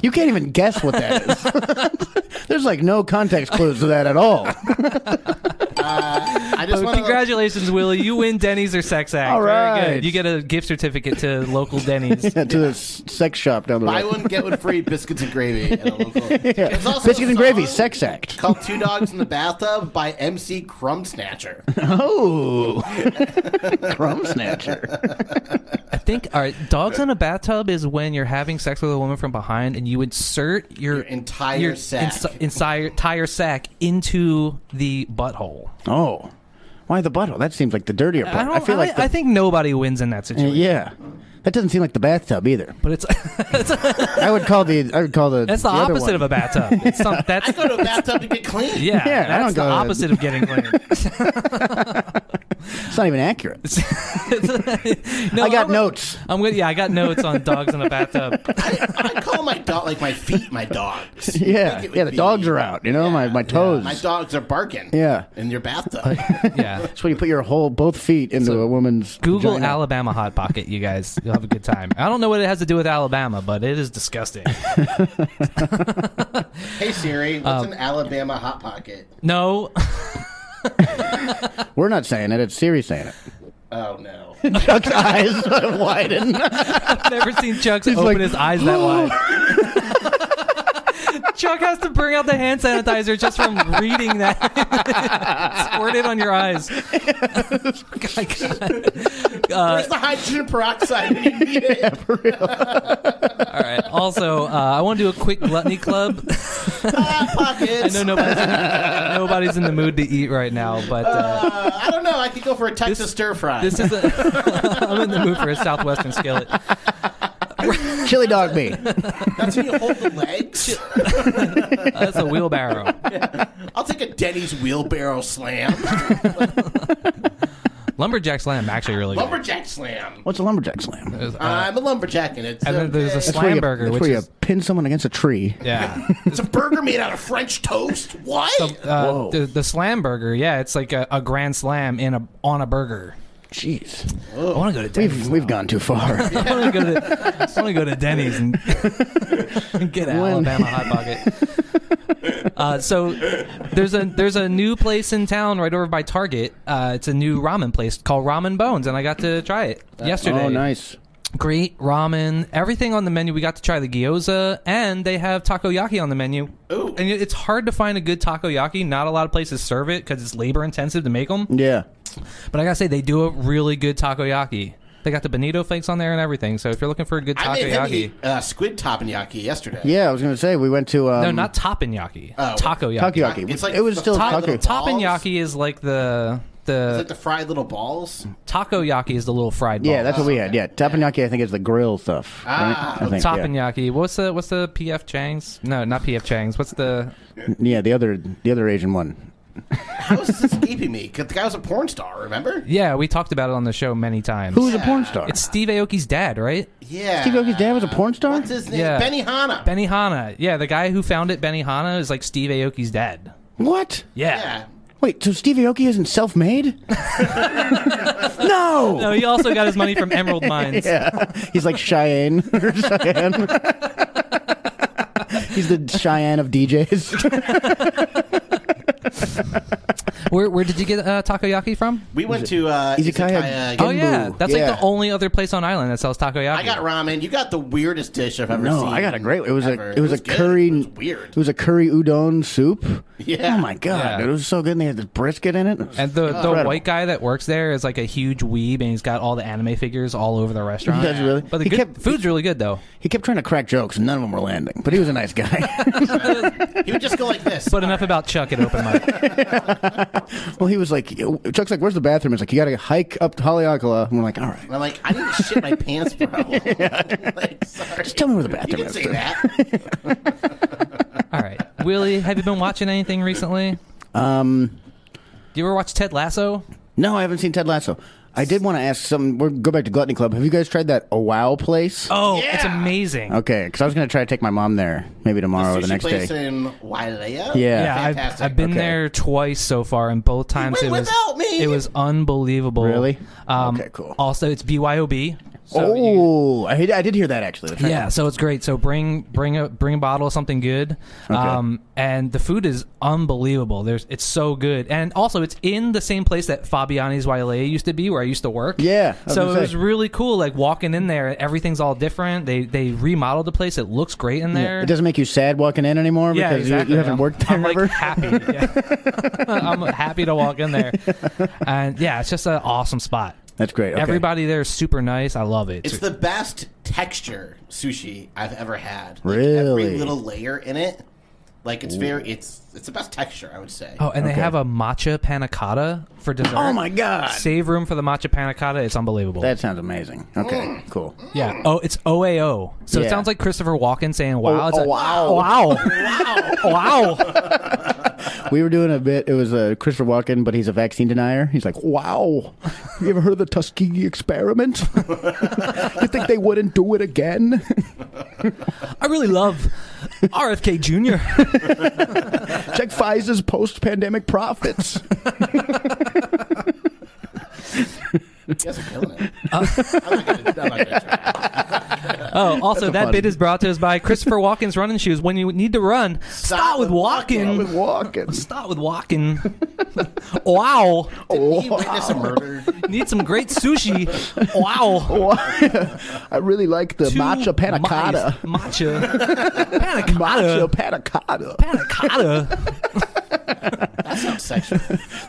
Speaker 5: You can't even guess what that is. There's like no context clues to that at all.
Speaker 4: Uh, I just want to.
Speaker 3: Congratulations, Willie. You win Denny's or Sex Act.
Speaker 5: All
Speaker 3: Very
Speaker 5: right.
Speaker 3: good. You get a gift certificate to local Denny's.
Speaker 5: to this sex shop down the
Speaker 4: Buy
Speaker 5: road.
Speaker 4: one, get one free. Biscuits and gravy. At a local. There's also a
Speaker 5: Biscuits and gravy,
Speaker 4: song
Speaker 5: sex act.
Speaker 4: Called Two Dogs in the Bathtub by MC Crumb Snatcher.
Speaker 5: Oh, crumb snatcher.
Speaker 3: I think all right, dogs in a bathtub is when you're having sex with a woman from behind and you insert your,
Speaker 4: Your entire sack.
Speaker 3: insi- inside entire sack into the butthole.
Speaker 5: Oh, why the butthole? That seems like the dirtier part.
Speaker 3: I
Speaker 5: I,
Speaker 3: don't. I,
Speaker 5: feel like the,
Speaker 3: I think nobody wins in that situation.
Speaker 5: yeah, that doesn't seem like the bathtub either.
Speaker 3: But it's
Speaker 5: I would call the I would call the
Speaker 3: that's the,
Speaker 5: other
Speaker 3: opposite
Speaker 5: one.
Speaker 3: of a bathtub. It's some, that's
Speaker 4: I go to a bathtub to get clean.
Speaker 3: yeah,
Speaker 5: Yeah, I
Speaker 3: that's
Speaker 5: don't
Speaker 3: the
Speaker 5: go to-
Speaker 3: opposite of getting clean.
Speaker 5: It's not even accurate.
Speaker 3: no,
Speaker 5: I got
Speaker 3: I'm-
Speaker 5: notes.
Speaker 3: I'm gonna yeah, I got notes on dogs in a bathtub.
Speaker 4: I, I call my dog like my feet my dogs. You'd
Speaker 5: Yeah,
Speaker 4: think it would
Speaker 5: yeah. The
Speaker 4: be-
Speaker 5: dogs are out. You know, my my toes.
Speaker 4: My dogs are barking.
Speaker 5: Yeah.
Speaker 4: in your bathtub.
Speaker 3: Yeah.
Speaker 5: That's when you put your whole both feet into a woman's.
Speaker 3: Google
Speaker 5: vagina.
Speaker 3: Alabama Hot Pocket, you guys. You'll have a good time. I don't know what it has to do with Alabama, but it is disgusting.
Speaker 4: hey Siri,
Speaker 5: Um,
Speaker 4: what's an Alabama hot pocket?
Speaker 3: No,
Speaker 5: We're not saying it. It's Siri saying it.
Speaker 4: Oh no.
Speaker 5: Chuck's eyes widen.
Speaker 3: never seen Chuck's
Speaker 5: He's
Speaker 3: open
Speaker 5: like,
Speaker 3: his eyes that wide. Chuck has to bring out the hand sanitizer just from reading that. Squirt it on your eyes. My God. Uh,
Speaker 4: Where's the hydrogen peroxide? when you need it?
Speaker 3: All right. Also, uh, I want to do a quick gluttony club.
Speaker 4: Hot
Speaker 3: I
Speaker 4: pockets.
Speaker 3: know nobody's, nobody's in the mood to eat right now, but uh,
Speaker 4: Uh, I don't know. I could go for a Texas stir fry.
Speaker 3: this is a. I'm in the mood for a southwestern skillet. Uh,
Speaker 5: Chili dog me.
Speaker 4: That's when you hold the legs.
Speaker 3: That's a wheelbarrow.
Speaker 4: I'll take a Denny's wheelbarrow slam,
Speaker 3: Lumberjack slam actually really good.
Speaker 4: lumberjack slam.
Speaker 5: What's a lumberjack slam?
Speaker 3: There's, uh,
Speaker 4: I'm a lumberjack and it's
Speaker 3: And then
Speaker 4: okay.
Speaker 3: there's a
Speaker 5: That's where you,
Speaker 3: Slamburger,
Speaker 5: that's
Speaker 3: which
Speaker 5: where you
Speaker 3: is-
Speaker 5: pin someone against a tree.
Speaker 3: yeah.
Speaker 4: it's a burger made out of French toast. What?
Speaker 3: Uh,
Speaker 5: Whoa.
Speaker 3: the, the slam burger, yeah, it's like a, a grand slam in a on a burger.
Speaker 5: Jeez,
Speaker 3: I want to go to Denny's.
Speaker 5: we've we've gone too far.
Speaker 3: I want to go to I want to go to Denny's and, and get an
Speaker 5: When-
Speaker 3: Alabama hot pocket. Uh, so there's a there's a new place in town right over by Target. Uh, it's a new ramen place called Ramen Bones, and I got to try it yesterday.
Speaker 5: oh, nice.
Speaker 3: Great ramen, everything on the menu. We got to try the gyoza, and they have takoyaki on the menu. Ooh. And it- it's hard to find a good takoyaki. Not a lot of places serve it because it's labor intensive to make them.
Speaker 5: Yeah,
Speaker 3: But I gotta say, they do a really good takoyaki. They got the bonito flakes on there and everything. So if you're looking for a good
Speaker 4: I made him
Speaker 3: takoyaki,
Speaker 4: eat uh, squid teppanyaki yesterday.
Speaker 5: yeah. I was gonna say we went to um,
Speaker 3: no, not tapenaki,
Speaker 4: Oh.
Speaker 3: takoyaki.
Speaker 5: takoyaki.
Speaker 4: It's like
Speaker 5: it was
Speaker 4: the
Speaker 5: still
Speaker 4: fried
Speaker 5: takoyaki.
Speaker 4: little-
Speaker 3: Tapenaki is like the
Speaker 4: Is
Speaker 3: the
Speaker 4: it the fried little balls?
Speaker 3: takoyaki is the little fried. Ball.
Speaker 5: Yeah, that's what we had. Yeah, tapenaki. I think is the grill stuff.
Speaker 4: Ah,
Speaker 5: right? I think, yeah.
Speaker 3: Tapenaki. What's the what's the PF Chang's? No, not PF Chang's. What's the
Speaker 5: yeah, the other the other Asian one.
Speaker 4: How is this escaping me? 'Cause the guy was a porn star, remember?
Speaker 3: Yeah, we talked about it on the show many times.
Speaker 5: Who was a porn star?
Speaker 3: It's Steve Aoki's dad, right?
Speaker 4: Yeah.
Speaker 5: Steve Aoki's dad was a porn star.
Speaker 4: What's his name?
Speaker 3: Yeah.
Speaker 4: Benny Hanna.
Speaker 3: Benny Hanna. Yeah, the guy who founded Benny Hanna is like Steve Aoki's dad.
Speaker 5: What?
Speaker 3: Yeah.
Speaker 4: yeah.
Speaker 5: Wait, so Steve Aoki isn't self-made? no.
Speaker 3: No, he also got his money from Emerald Mines.
Speaker 5: Yeah, he's like Cheyenne or Cheyenne. he's the Cheyenne of DJs.
Speaker 3: Where where did you get uh, takoyaki from?
Speaker 4: We went to uh,
Speaker 5: Izakaya
Speaker 4: Izakaya.
Speaker 5: Gen-
Speaker 3: Oh yeah,
Speaker 5: Boo.
Speaker 3: that's
Speaker 5: Yeah.
Speaker 3: like the only other place on island that sells takoyaki.
Speaker 4: I got ramen. You got the weirdest dish I've ever seen.
Speaker 5: no, I got a great. It was
Speaker 4: ever.
Speaker 5: a it was, a
Speaker 4: good.
Speaker 5: curry.
Speaker 4: It was weird.
Speaker 5: It was a curry udon soup.
Speaker 4: Yeah.
Speaker 5: Oh my god,
Speaker 3: Yeah.
Speaker 5: dude, it was so good. And they had this brisket in it.
Speaker 3: and the, the
Speaker 5: Oh. Incredible.
Speaker 3: white guy that works there is like a huge weeb, and he's got all the anime figures all over the restaurant.
Speaker 5: That's really-
Speaker 3: But the
Speaker 5: he
Speaker 3: good,
Speaker 5: kept-
Speaker 3: food's really good though.
Speaker 5: He kept trying to crack jokes, and none of them were landing. But he was a nice guy.
Speaker 4: He would just go like this.
Speaker 3: But enough about Chuck and open mic.
Speaker 5: well, he was like, Chuck's like, "Where's the bathroom?" It's like you got to hike up to Haleakala. And we're like, "All right,
Speaker 4: And I'm like, I didn't shit my pants, bro. like, sorry.
Speaker 5: just tell me where the
Speaker 4: You
Speaker 5: bathroom
Speaker 4: can
Speaker 5: is."
Speaker 4: say
Speaker 5: dude.
Speaker 4: that.
Speaker 3: all right, Willie, have you been watching anything recently?
Speaker 5: Um,
Speaker 3: Do you ever watch Ted Lasso?
Speaker 5: no, I haven't seen Ted Lasso. I did want to ask some. We'll go back to Gluttony Club. Have you guys tried that a wow place?
Speaker 3: Oh,
Speaker 4: Yeah.
Speaker 3: it's amazing.
Speaker 5: Okay, because I was gonna try to take my mom there, maybe tomorrow or Oh, the
Speaker 4: Sushi
Speaker 5: next day.
Speaker 4: place in Wailea.
Speaker 5: Yeah.
Speaker 3: Yeah, I've,
Speaker 4: Fantastic.
Speaker 3: I've been
Speaker 5: Okay.
Speaker 3: there twice so far, and both times
Speaker 4: went
Speaker 3: it was
Speaker 4: without me.
Speaker 3: it was unbelievable.
Speaker 5: Really?
Speaker 3: Um,
Speaker 5: Okay, cool.
Speaker 3: Also, it's BYOB. So you-
Speaker 5: oh, I, I did hear that actually. That's right.
Speaker 3: Yeah, so it's great. So bring bring a bring a bottle of something good, um, and the food is unbelievable. There's it's so good, and also it's in the same place that Fabiani's Wailea used to be, where I used to work.
Speaker 5: Yeah, I was
Speaker 3: so
Speaker 5: gonna
Speaker 3: it
Speaker 5: say.
Speaker 3: was really cool. Like walking in there, everything's all different. They they remodeled the place. It looks great in there.
Speaker 5: It doesn't make you sad walking in anymore
Speaker 3: Yeah,
Speaker 5: because you-
Speaker 3: exactly.
Speaker 5: you, haven't
Speaker 3: I'm-
Speaker 5: worked there
Speaker 3: I'm like
Speaker 5: ever.
Speaker 3: happy. Yeah. I'm happy to walk in there, and yeah, it's just an awesome spot.
Speaker 5: That's great. Okay.
Speaker 3: Everybody there is super nice. I love it.
Speaker 4: It's the best texture sushi I've ever had. Like,
Speaker 5: Really?
Speaker 4: every little layer in it, like it's very, it's it's the best texture I would say.
Speaker 3: oh, and they
Speaker 5: Okay.
Speaker 3: have a matcha panna cotta for dessert.
Speaker 5: Oh my god,
Speaker 3: Save room for the matcha panna cotta. It's unbelievable.
Speaker 5: that sounds amazing. Okay, cool.
Speaker 3: yeah. Oh, it's OAO. So
Speaker 5: Yeah.
Speaker 3: it sounds like Christopher Walken saying "Wow." It's
Speaker 5: Oh,
Speaker 3: like,
Speaker 5: wow.
Speaker 3: Wow. wow.
Speaker 5: We were doing a bit. It was uh, Christopher Walken, but he's a vaccine denier. He's like, "Wow, you ever heard of the Tuskegee experiment? you think they wouldn't do it again?
Speaker 3: I really love RFK Jr.
Speaker 5: Check Pfizer's post-pandemic profits."
Speaker 4: You guys are killing it. I'm not gonna, I'm not gonna try.
Speaker 3: oh, also that
Speaker 5: funny.
Speaker 3: bit is brought to us by Christopher Walken's running shoes. When you need to run, start, with walking.
Speaker 5: with Walken.
Speaker 3: Start with walking. wow.
Speaker 4: Didn't
Speaker 5: Oh.
Speaker 4: he witness a murder?
Speaker 3: Need some great sushi. Wow.
Speaker 5: Oh. I really like the
Speaker 3: Two
Speaker 5: matcha panna
Speaker 3: mice.
Speaker 5: cotta.
Speaker 3: Matcha. Panna
Speaker 5: Matcha
Speaker 3: cotta.
Speaker 5: panna cotta.
Speaker 3: Panna cotta.
Speaker 4: That sounds sexual.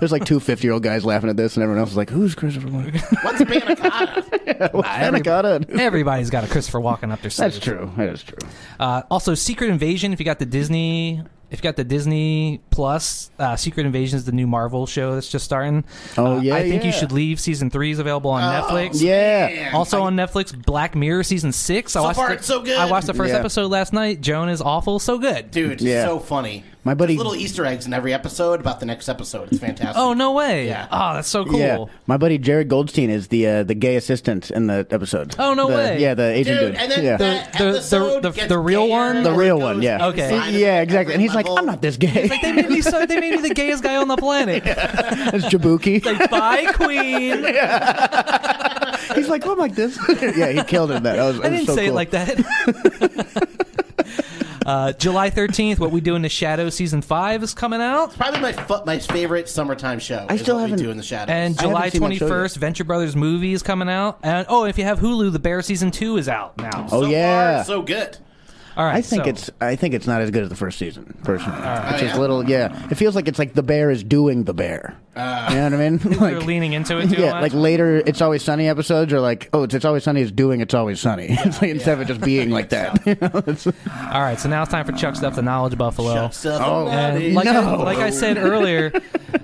Speaker 5: There's like two 50 year old guys laughing at this, and everyone else is like, "Who's Christopher Walken?
Speaker 4: What's panna cotta?
Speaker 5: panna cotta."
Speaker 3: Everybody's got a Christopher Walken up their sleeve.
Speaker 5: That's true. That is true.
Speaker 3: Uh, also, Secret Invasion. If you got the Disney, if you got the Disney Plus, uh, Secret Invasion is the new Marvel show that's just starting.
Speaker 5: Oh,
Speaker 3: Uh,
Speaker 5: yeah,
Speaker 3: I think you
Speaker 5: yeah.
Speaker 3: should leave. Season three is available on
Speaker 4: Oh,
Speaker 3: Netflix.
Speaker 5: Yeah.
Speaker 3: Also on Netflix, Black Mirror season six. I
Speaker 4: So
Speaker 3: watched
Speaker 4: far,
Speaker 3: the-
Speaker 4: it's so good.
Speaker 3: I watched the first
Speaker 5: Yeah.
Speaker 3: episode last night. Joan is awful. So good.
Speaker 4: Dude, it's
Speaker 5: Yeah.
Speaker 4: so funny.
Speaker 5: My buddy-
Speaker 4: There's little Easter eggs in every episode about the next episode. It's fantastic.
Speaker 3: Oh no way!
Speaker 4: Yeah.
Speaker 3: Oh, that's so cool.
Speaker 5: Yeah, my buddy Jared Goldstein is the uh, the gay assistant in the episode.
Speaker 3: Oh, no
Speaker 5: The-
Speaker 3: way.
Speaker 5: Yeah, the Asian
Speaker 4: dude,
Speaker 5: dude.
Speaker 4: and then
Speaker 5: yeah.
Speaker 4: that
Speaker 3: The- the- the-
Speaker 4: episode
Speaker 3: the-
Speaker 4: gets
Speaker 3: the real
Speaker 4: gayer
Speaker 3: one?
Speaker 5: The
Speaker 4: and it
Speaker 5: real
Speaker 4: goes
Speaker 5: one, yeah.
Speaker 3: Okay.
Speaker 4: inside of
Speaker 5: yeah, exactly.
Speaker 4: every
Speaker 5: And he's
Speaker 4: level.
Speaker 5: like, "I'm not this gay.
Speaker 3: They made me so. They made me the gayest guy on the planet.
Speaker 5: it's Jabuki."
Speaker 3: Bye, Queen.
Speaker 5: he's like, "Oh, I'm like this." yeah, he killed it. in That, that was,
Speaker 3: I didn't
Speaker 5: so
Speaker 3: say
Speaker 5: cool.
Speaker 3: it like that. uh, July thirteenth, what we do in the shadow season five is coming out,
Speaker 4: Probably my fu- my favorite summertime show. I is
Speaker 5: still
Speaker 4: what
Speaker 5: haven't-
Speaker 4: We do in the shadows.
Speaker 3: and
Speaker 5: I haven't
Speaker 3: July
Speaker 5: seen that
Speaker 3: twenty
Speaker 5: show yet.
Speaker 3: first, Venture Brothers movie is coming out, and oh, if you have Hulu, The Bear season two is out now.
Speaker 5: Oh
Speaker 4: so
Speaker 5: yeah.
Speaker 4: far, so good.
Speaker 3: All right,
Speaker 5: I think
Speaker 3: so-
Speaker 5: it's I think it's not as good as the first season personally. It's
Speaker 4: Oh,
Speaker 5: just
Speaker 4: yeah?
Speaker 5: little yeah. It feels like it's like the bear is doing the bear. you know what I mean?
Speaker 3: they're Uh. leaning into it too
Speaker 5: yeah,
Speaker 3: much.
Speaker 5: like later it's always sunny episodes are like oh it's, it's always sunny is doing it's always sunny it's like, instead of it just being like that. You know, it's-
Speaker 3: All right, so now it's time for Chuck stuff, the knowledge buffalo.
Speaker 4: oh,
Speaker 3: And like, I, like I said earlier,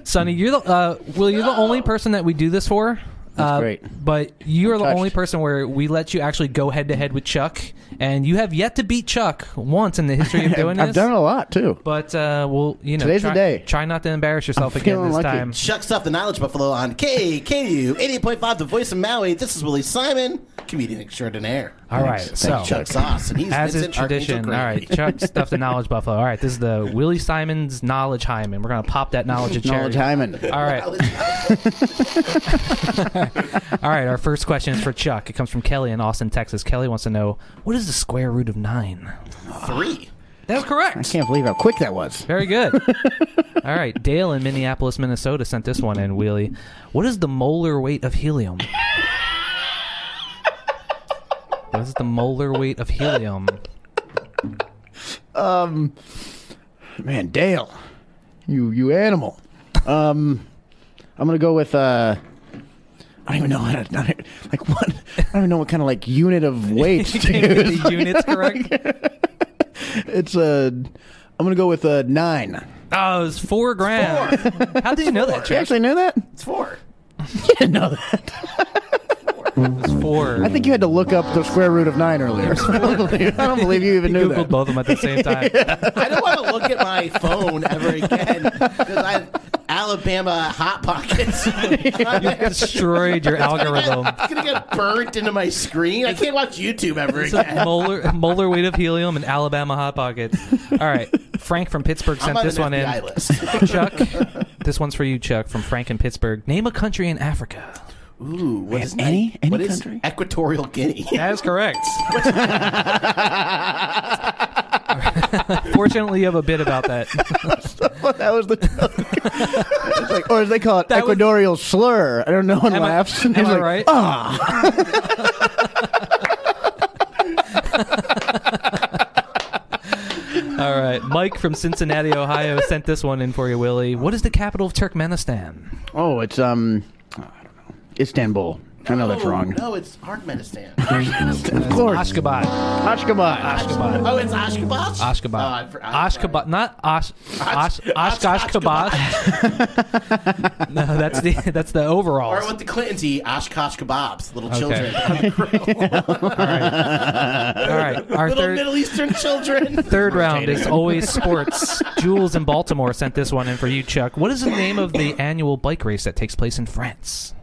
Speaker 3: Sonny, you're the uh, Will. You're the only person that we do this for.
Speaker 5: That's
Speaker 3: Uh,
Speaker 5: great.
Speaker 3: But you are the
Speaker 5: touched.
Speaker 3: only person where we let you actually go head to head with Chuck, and you have yet to beat Chuck once in the history of doing
Speaker 5: I've
Speaker 3: this.
Speaker 5: done it a lot too.
Speaker 3: But uh, well, you know,
Speaker 5: Today's the
Speaker 3: try,
Speaker 5: day.
Speaker 3: Try not to embarrass yourself
Speaker 5: I'm
Speaker 3: again
Speaker 5: feeling
Speaker 3: this
Speaker 5: lucky.
Speaker 3: time.
Speaker 4: Chucks up the Knowledge Buffalo on KKU 88.5, the voice of Maui. This is Willie Simon, comedian extraordinaire.
Speaker 3: All right,
Speaker 5: Thanks.
Speaker 3: so
Speaker 5: Thanks,
Speaker 4: Chuck Sauce, and he's
Speaker 3: Oh. as is
Speaker 4: Vincent Archangel
Speaker 3: tradition, all
Speaker 4: Green.
Speaker 3: right, Chuck, stuff the knowledge buffalo. All right, this is the Willie Simon's knowledge hymen. We're gonna pop that knowledge at
Speaker 5: Knowledge
Speaker 3: charity.
Speaker 5: Hyman.
Speaker 3: All right, all right. Our first question is for Chuck. It comes from Kelly in Austin, Texas. Kelly wants to know what is the square root of nine.
Speaker 4: Three.
Speaker 3: That's
Speaker 5: I
Speaker 3: correct.
Speaker 5: can't believe how quick that was.
Speaker 3: Very good. All right, Dale in Minneapolis, Minnesota sent this one in. Wheelie, what is the molar weight of helium? What is the molar weight of helium?
Speaker 5: Man, Dale, you you animal. Um, I'm gonna go with. Uh, I don't even know how to. Not, like what? I don't even know what kind of like unit of weight to
Speaker 3: Can't get
Speaker 5: use.
Speaker 3: the units correct.
Speaker 5: It's uh, I'm gonna go with uh, nine.
Speaker 3: Oh, it was four grams. How did you know that,
Speaker 5: You
Speaker 3: Chuck?
Speaker 5: actually knew that?
Speaker 4: It's four.
Speaker 5: You didn't know that.
Speaker 3: It was four.
Speaker 5: I think you had to look up the square root of nine earlier. I don't believe you even
Speaker 3: you
Speaker 5: knew
Speaker 3: googled
Speaker 5: that.
Speaker 3: both of them at the same time.
Speaker 4: I don't want to look at my phone ever again because I have Alabama Hot Pockets.
Speaker 3: Destroyed your algorithm.
Speaker 4: It's gonna get burnt into my screen. I can't watch YouTube ever
Speaker 3: It's a
Speaker 4: again.
Speaker 3: molar, molar weight of helium and Alabama hot pockets. All right, Frank from Pittsburgh
Speaker 4: I'm
Speaker 3: sent
Speaker 4: on
Speaker 3: this
Speaker 4: an
Speaker 3: one in.
Speaker 4: FBI list.
Speaker 3: Chuck, this one's for you, Chuck, from Frank in Pittsburgh. Name a country in Africa.
Speaker 4: Ooh, what is
Speaker 5: any- any
Speaker 4: what is
Speaker 5: country?
Speaker 4: Equatorial Guinea.
Speaker 3: That is correct. Fortunately, you have a bit about that.
Speaker 5: that was the joke. It's like, or as they call it,
Speaker 3: That was-
Speaker 5: equatorial slur. I don't know. And
Speaker 3: Am I-
Speaker 5: laughs. And
Speaker 3: am
Speaker 5: he's
Speaker 3: I
Speaker 5: like,
Speaker 3: right?
Speaker 5: Ah.
Speaker 3: All right, Mike from Cincinnati, Ohio, sent this one in for you, Willie. What is the capital of Turkmenistan?
Speaker 5: Oh, it's um, oh, I don't know, Istanbul. I know that's
Speaker 4: Oh,
Speaker 5: wrong.
Speaker 4: No, it's Turkmenistan.
Speaker 5: Of course,
Speaker 3: Ashgabat.
Speaker 5: Ashgabat.
Speaker 3: Ashgabat.
Speaker 4: oh, it's Ashgabat.
Speaker 3: Ashgabat.
Speaker 4: Oh, I for- I'm
Speaker 3: Ashgabat. Not Ash. Ash. Ash. Ashgabat. no, that's the that's the
Speaker 4: Or
Speaker 3: overalls.
Speaker 4: what the Clintons eat, Oshkosh kebabs, little children.
Speaker 3: All right, our
Speaker 4: little
Speaker 3: third
Speaker 4: Middle Eastern children.
Speaker 3: third round is always sports. Jules in Baltimore sent this one in for you, Chuck. What is the name of the annual bike race that takes place in France?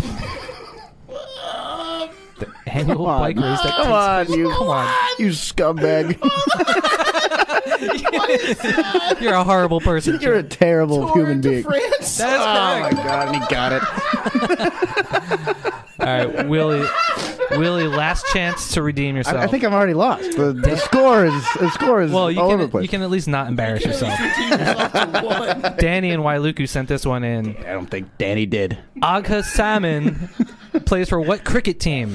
Speaker 4: Um,
Speaker 3: The annual
Speaker 5: on.
Speaker 3: bike race that
Speaker 5: Come on, you,
Speaker 3: Come on.
Speaker 5: you scumbag.
Speaker 3: You're a horrible person.
Speaker 5: You're a
Speaker 3: Chuck.
Speaker 5: terrible
Speaker 4: Or
Speaker 5: human
Speaker 4: into
Speaker 5: being.
Speaker 4: France.
Speaker 3: That's
Speaker 5: Oh my
Speaker 3: correct.
Speaker 5: god, and he got it.
Speaker 3: All right, Willie. Willie, last chance to redeem yourself.
Speaker 5: I, I think I'm already lost. The, the score is the score is
Speaker 3: well, you
Speaker 5: all
Speaker 3: can,
Speaker 5: over the place.
Speaker 3: you can at least not embarrass yourself. Danny and Wailuku sent this one in.
Speaker 5: I don't think Danny did.
Speaker 3: Agha Salmon plays for what cricket team?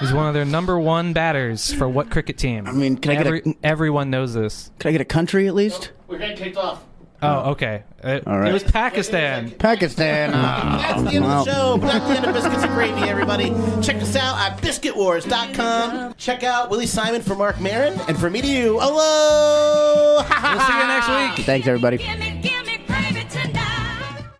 Speaker 3: He's one of their number one batters for what cricket team? I
Speaker 5: mean, can I get a-
Speaker 3: everyone knows this.
Speaker 5: Can I get a country at least?
Speaker 4: We're getting kicked off.
Speaker 3: Oh, okay. It,
Speaker 5: All right.
Speaker 3: it was Pakistan.
Speaker 5: Pakistan.
Speaker 4: That's the end of the show. But not the end of Biscuits and Gravy, everybody. Check us out at biscuitwars.com. Check out Willie Simon for Mark Marin. And for me to you, hello!
Speaker 3: We'll see you next week.
Speaker 5: Thanks everybody.
Speaker 7: Gimme, gimme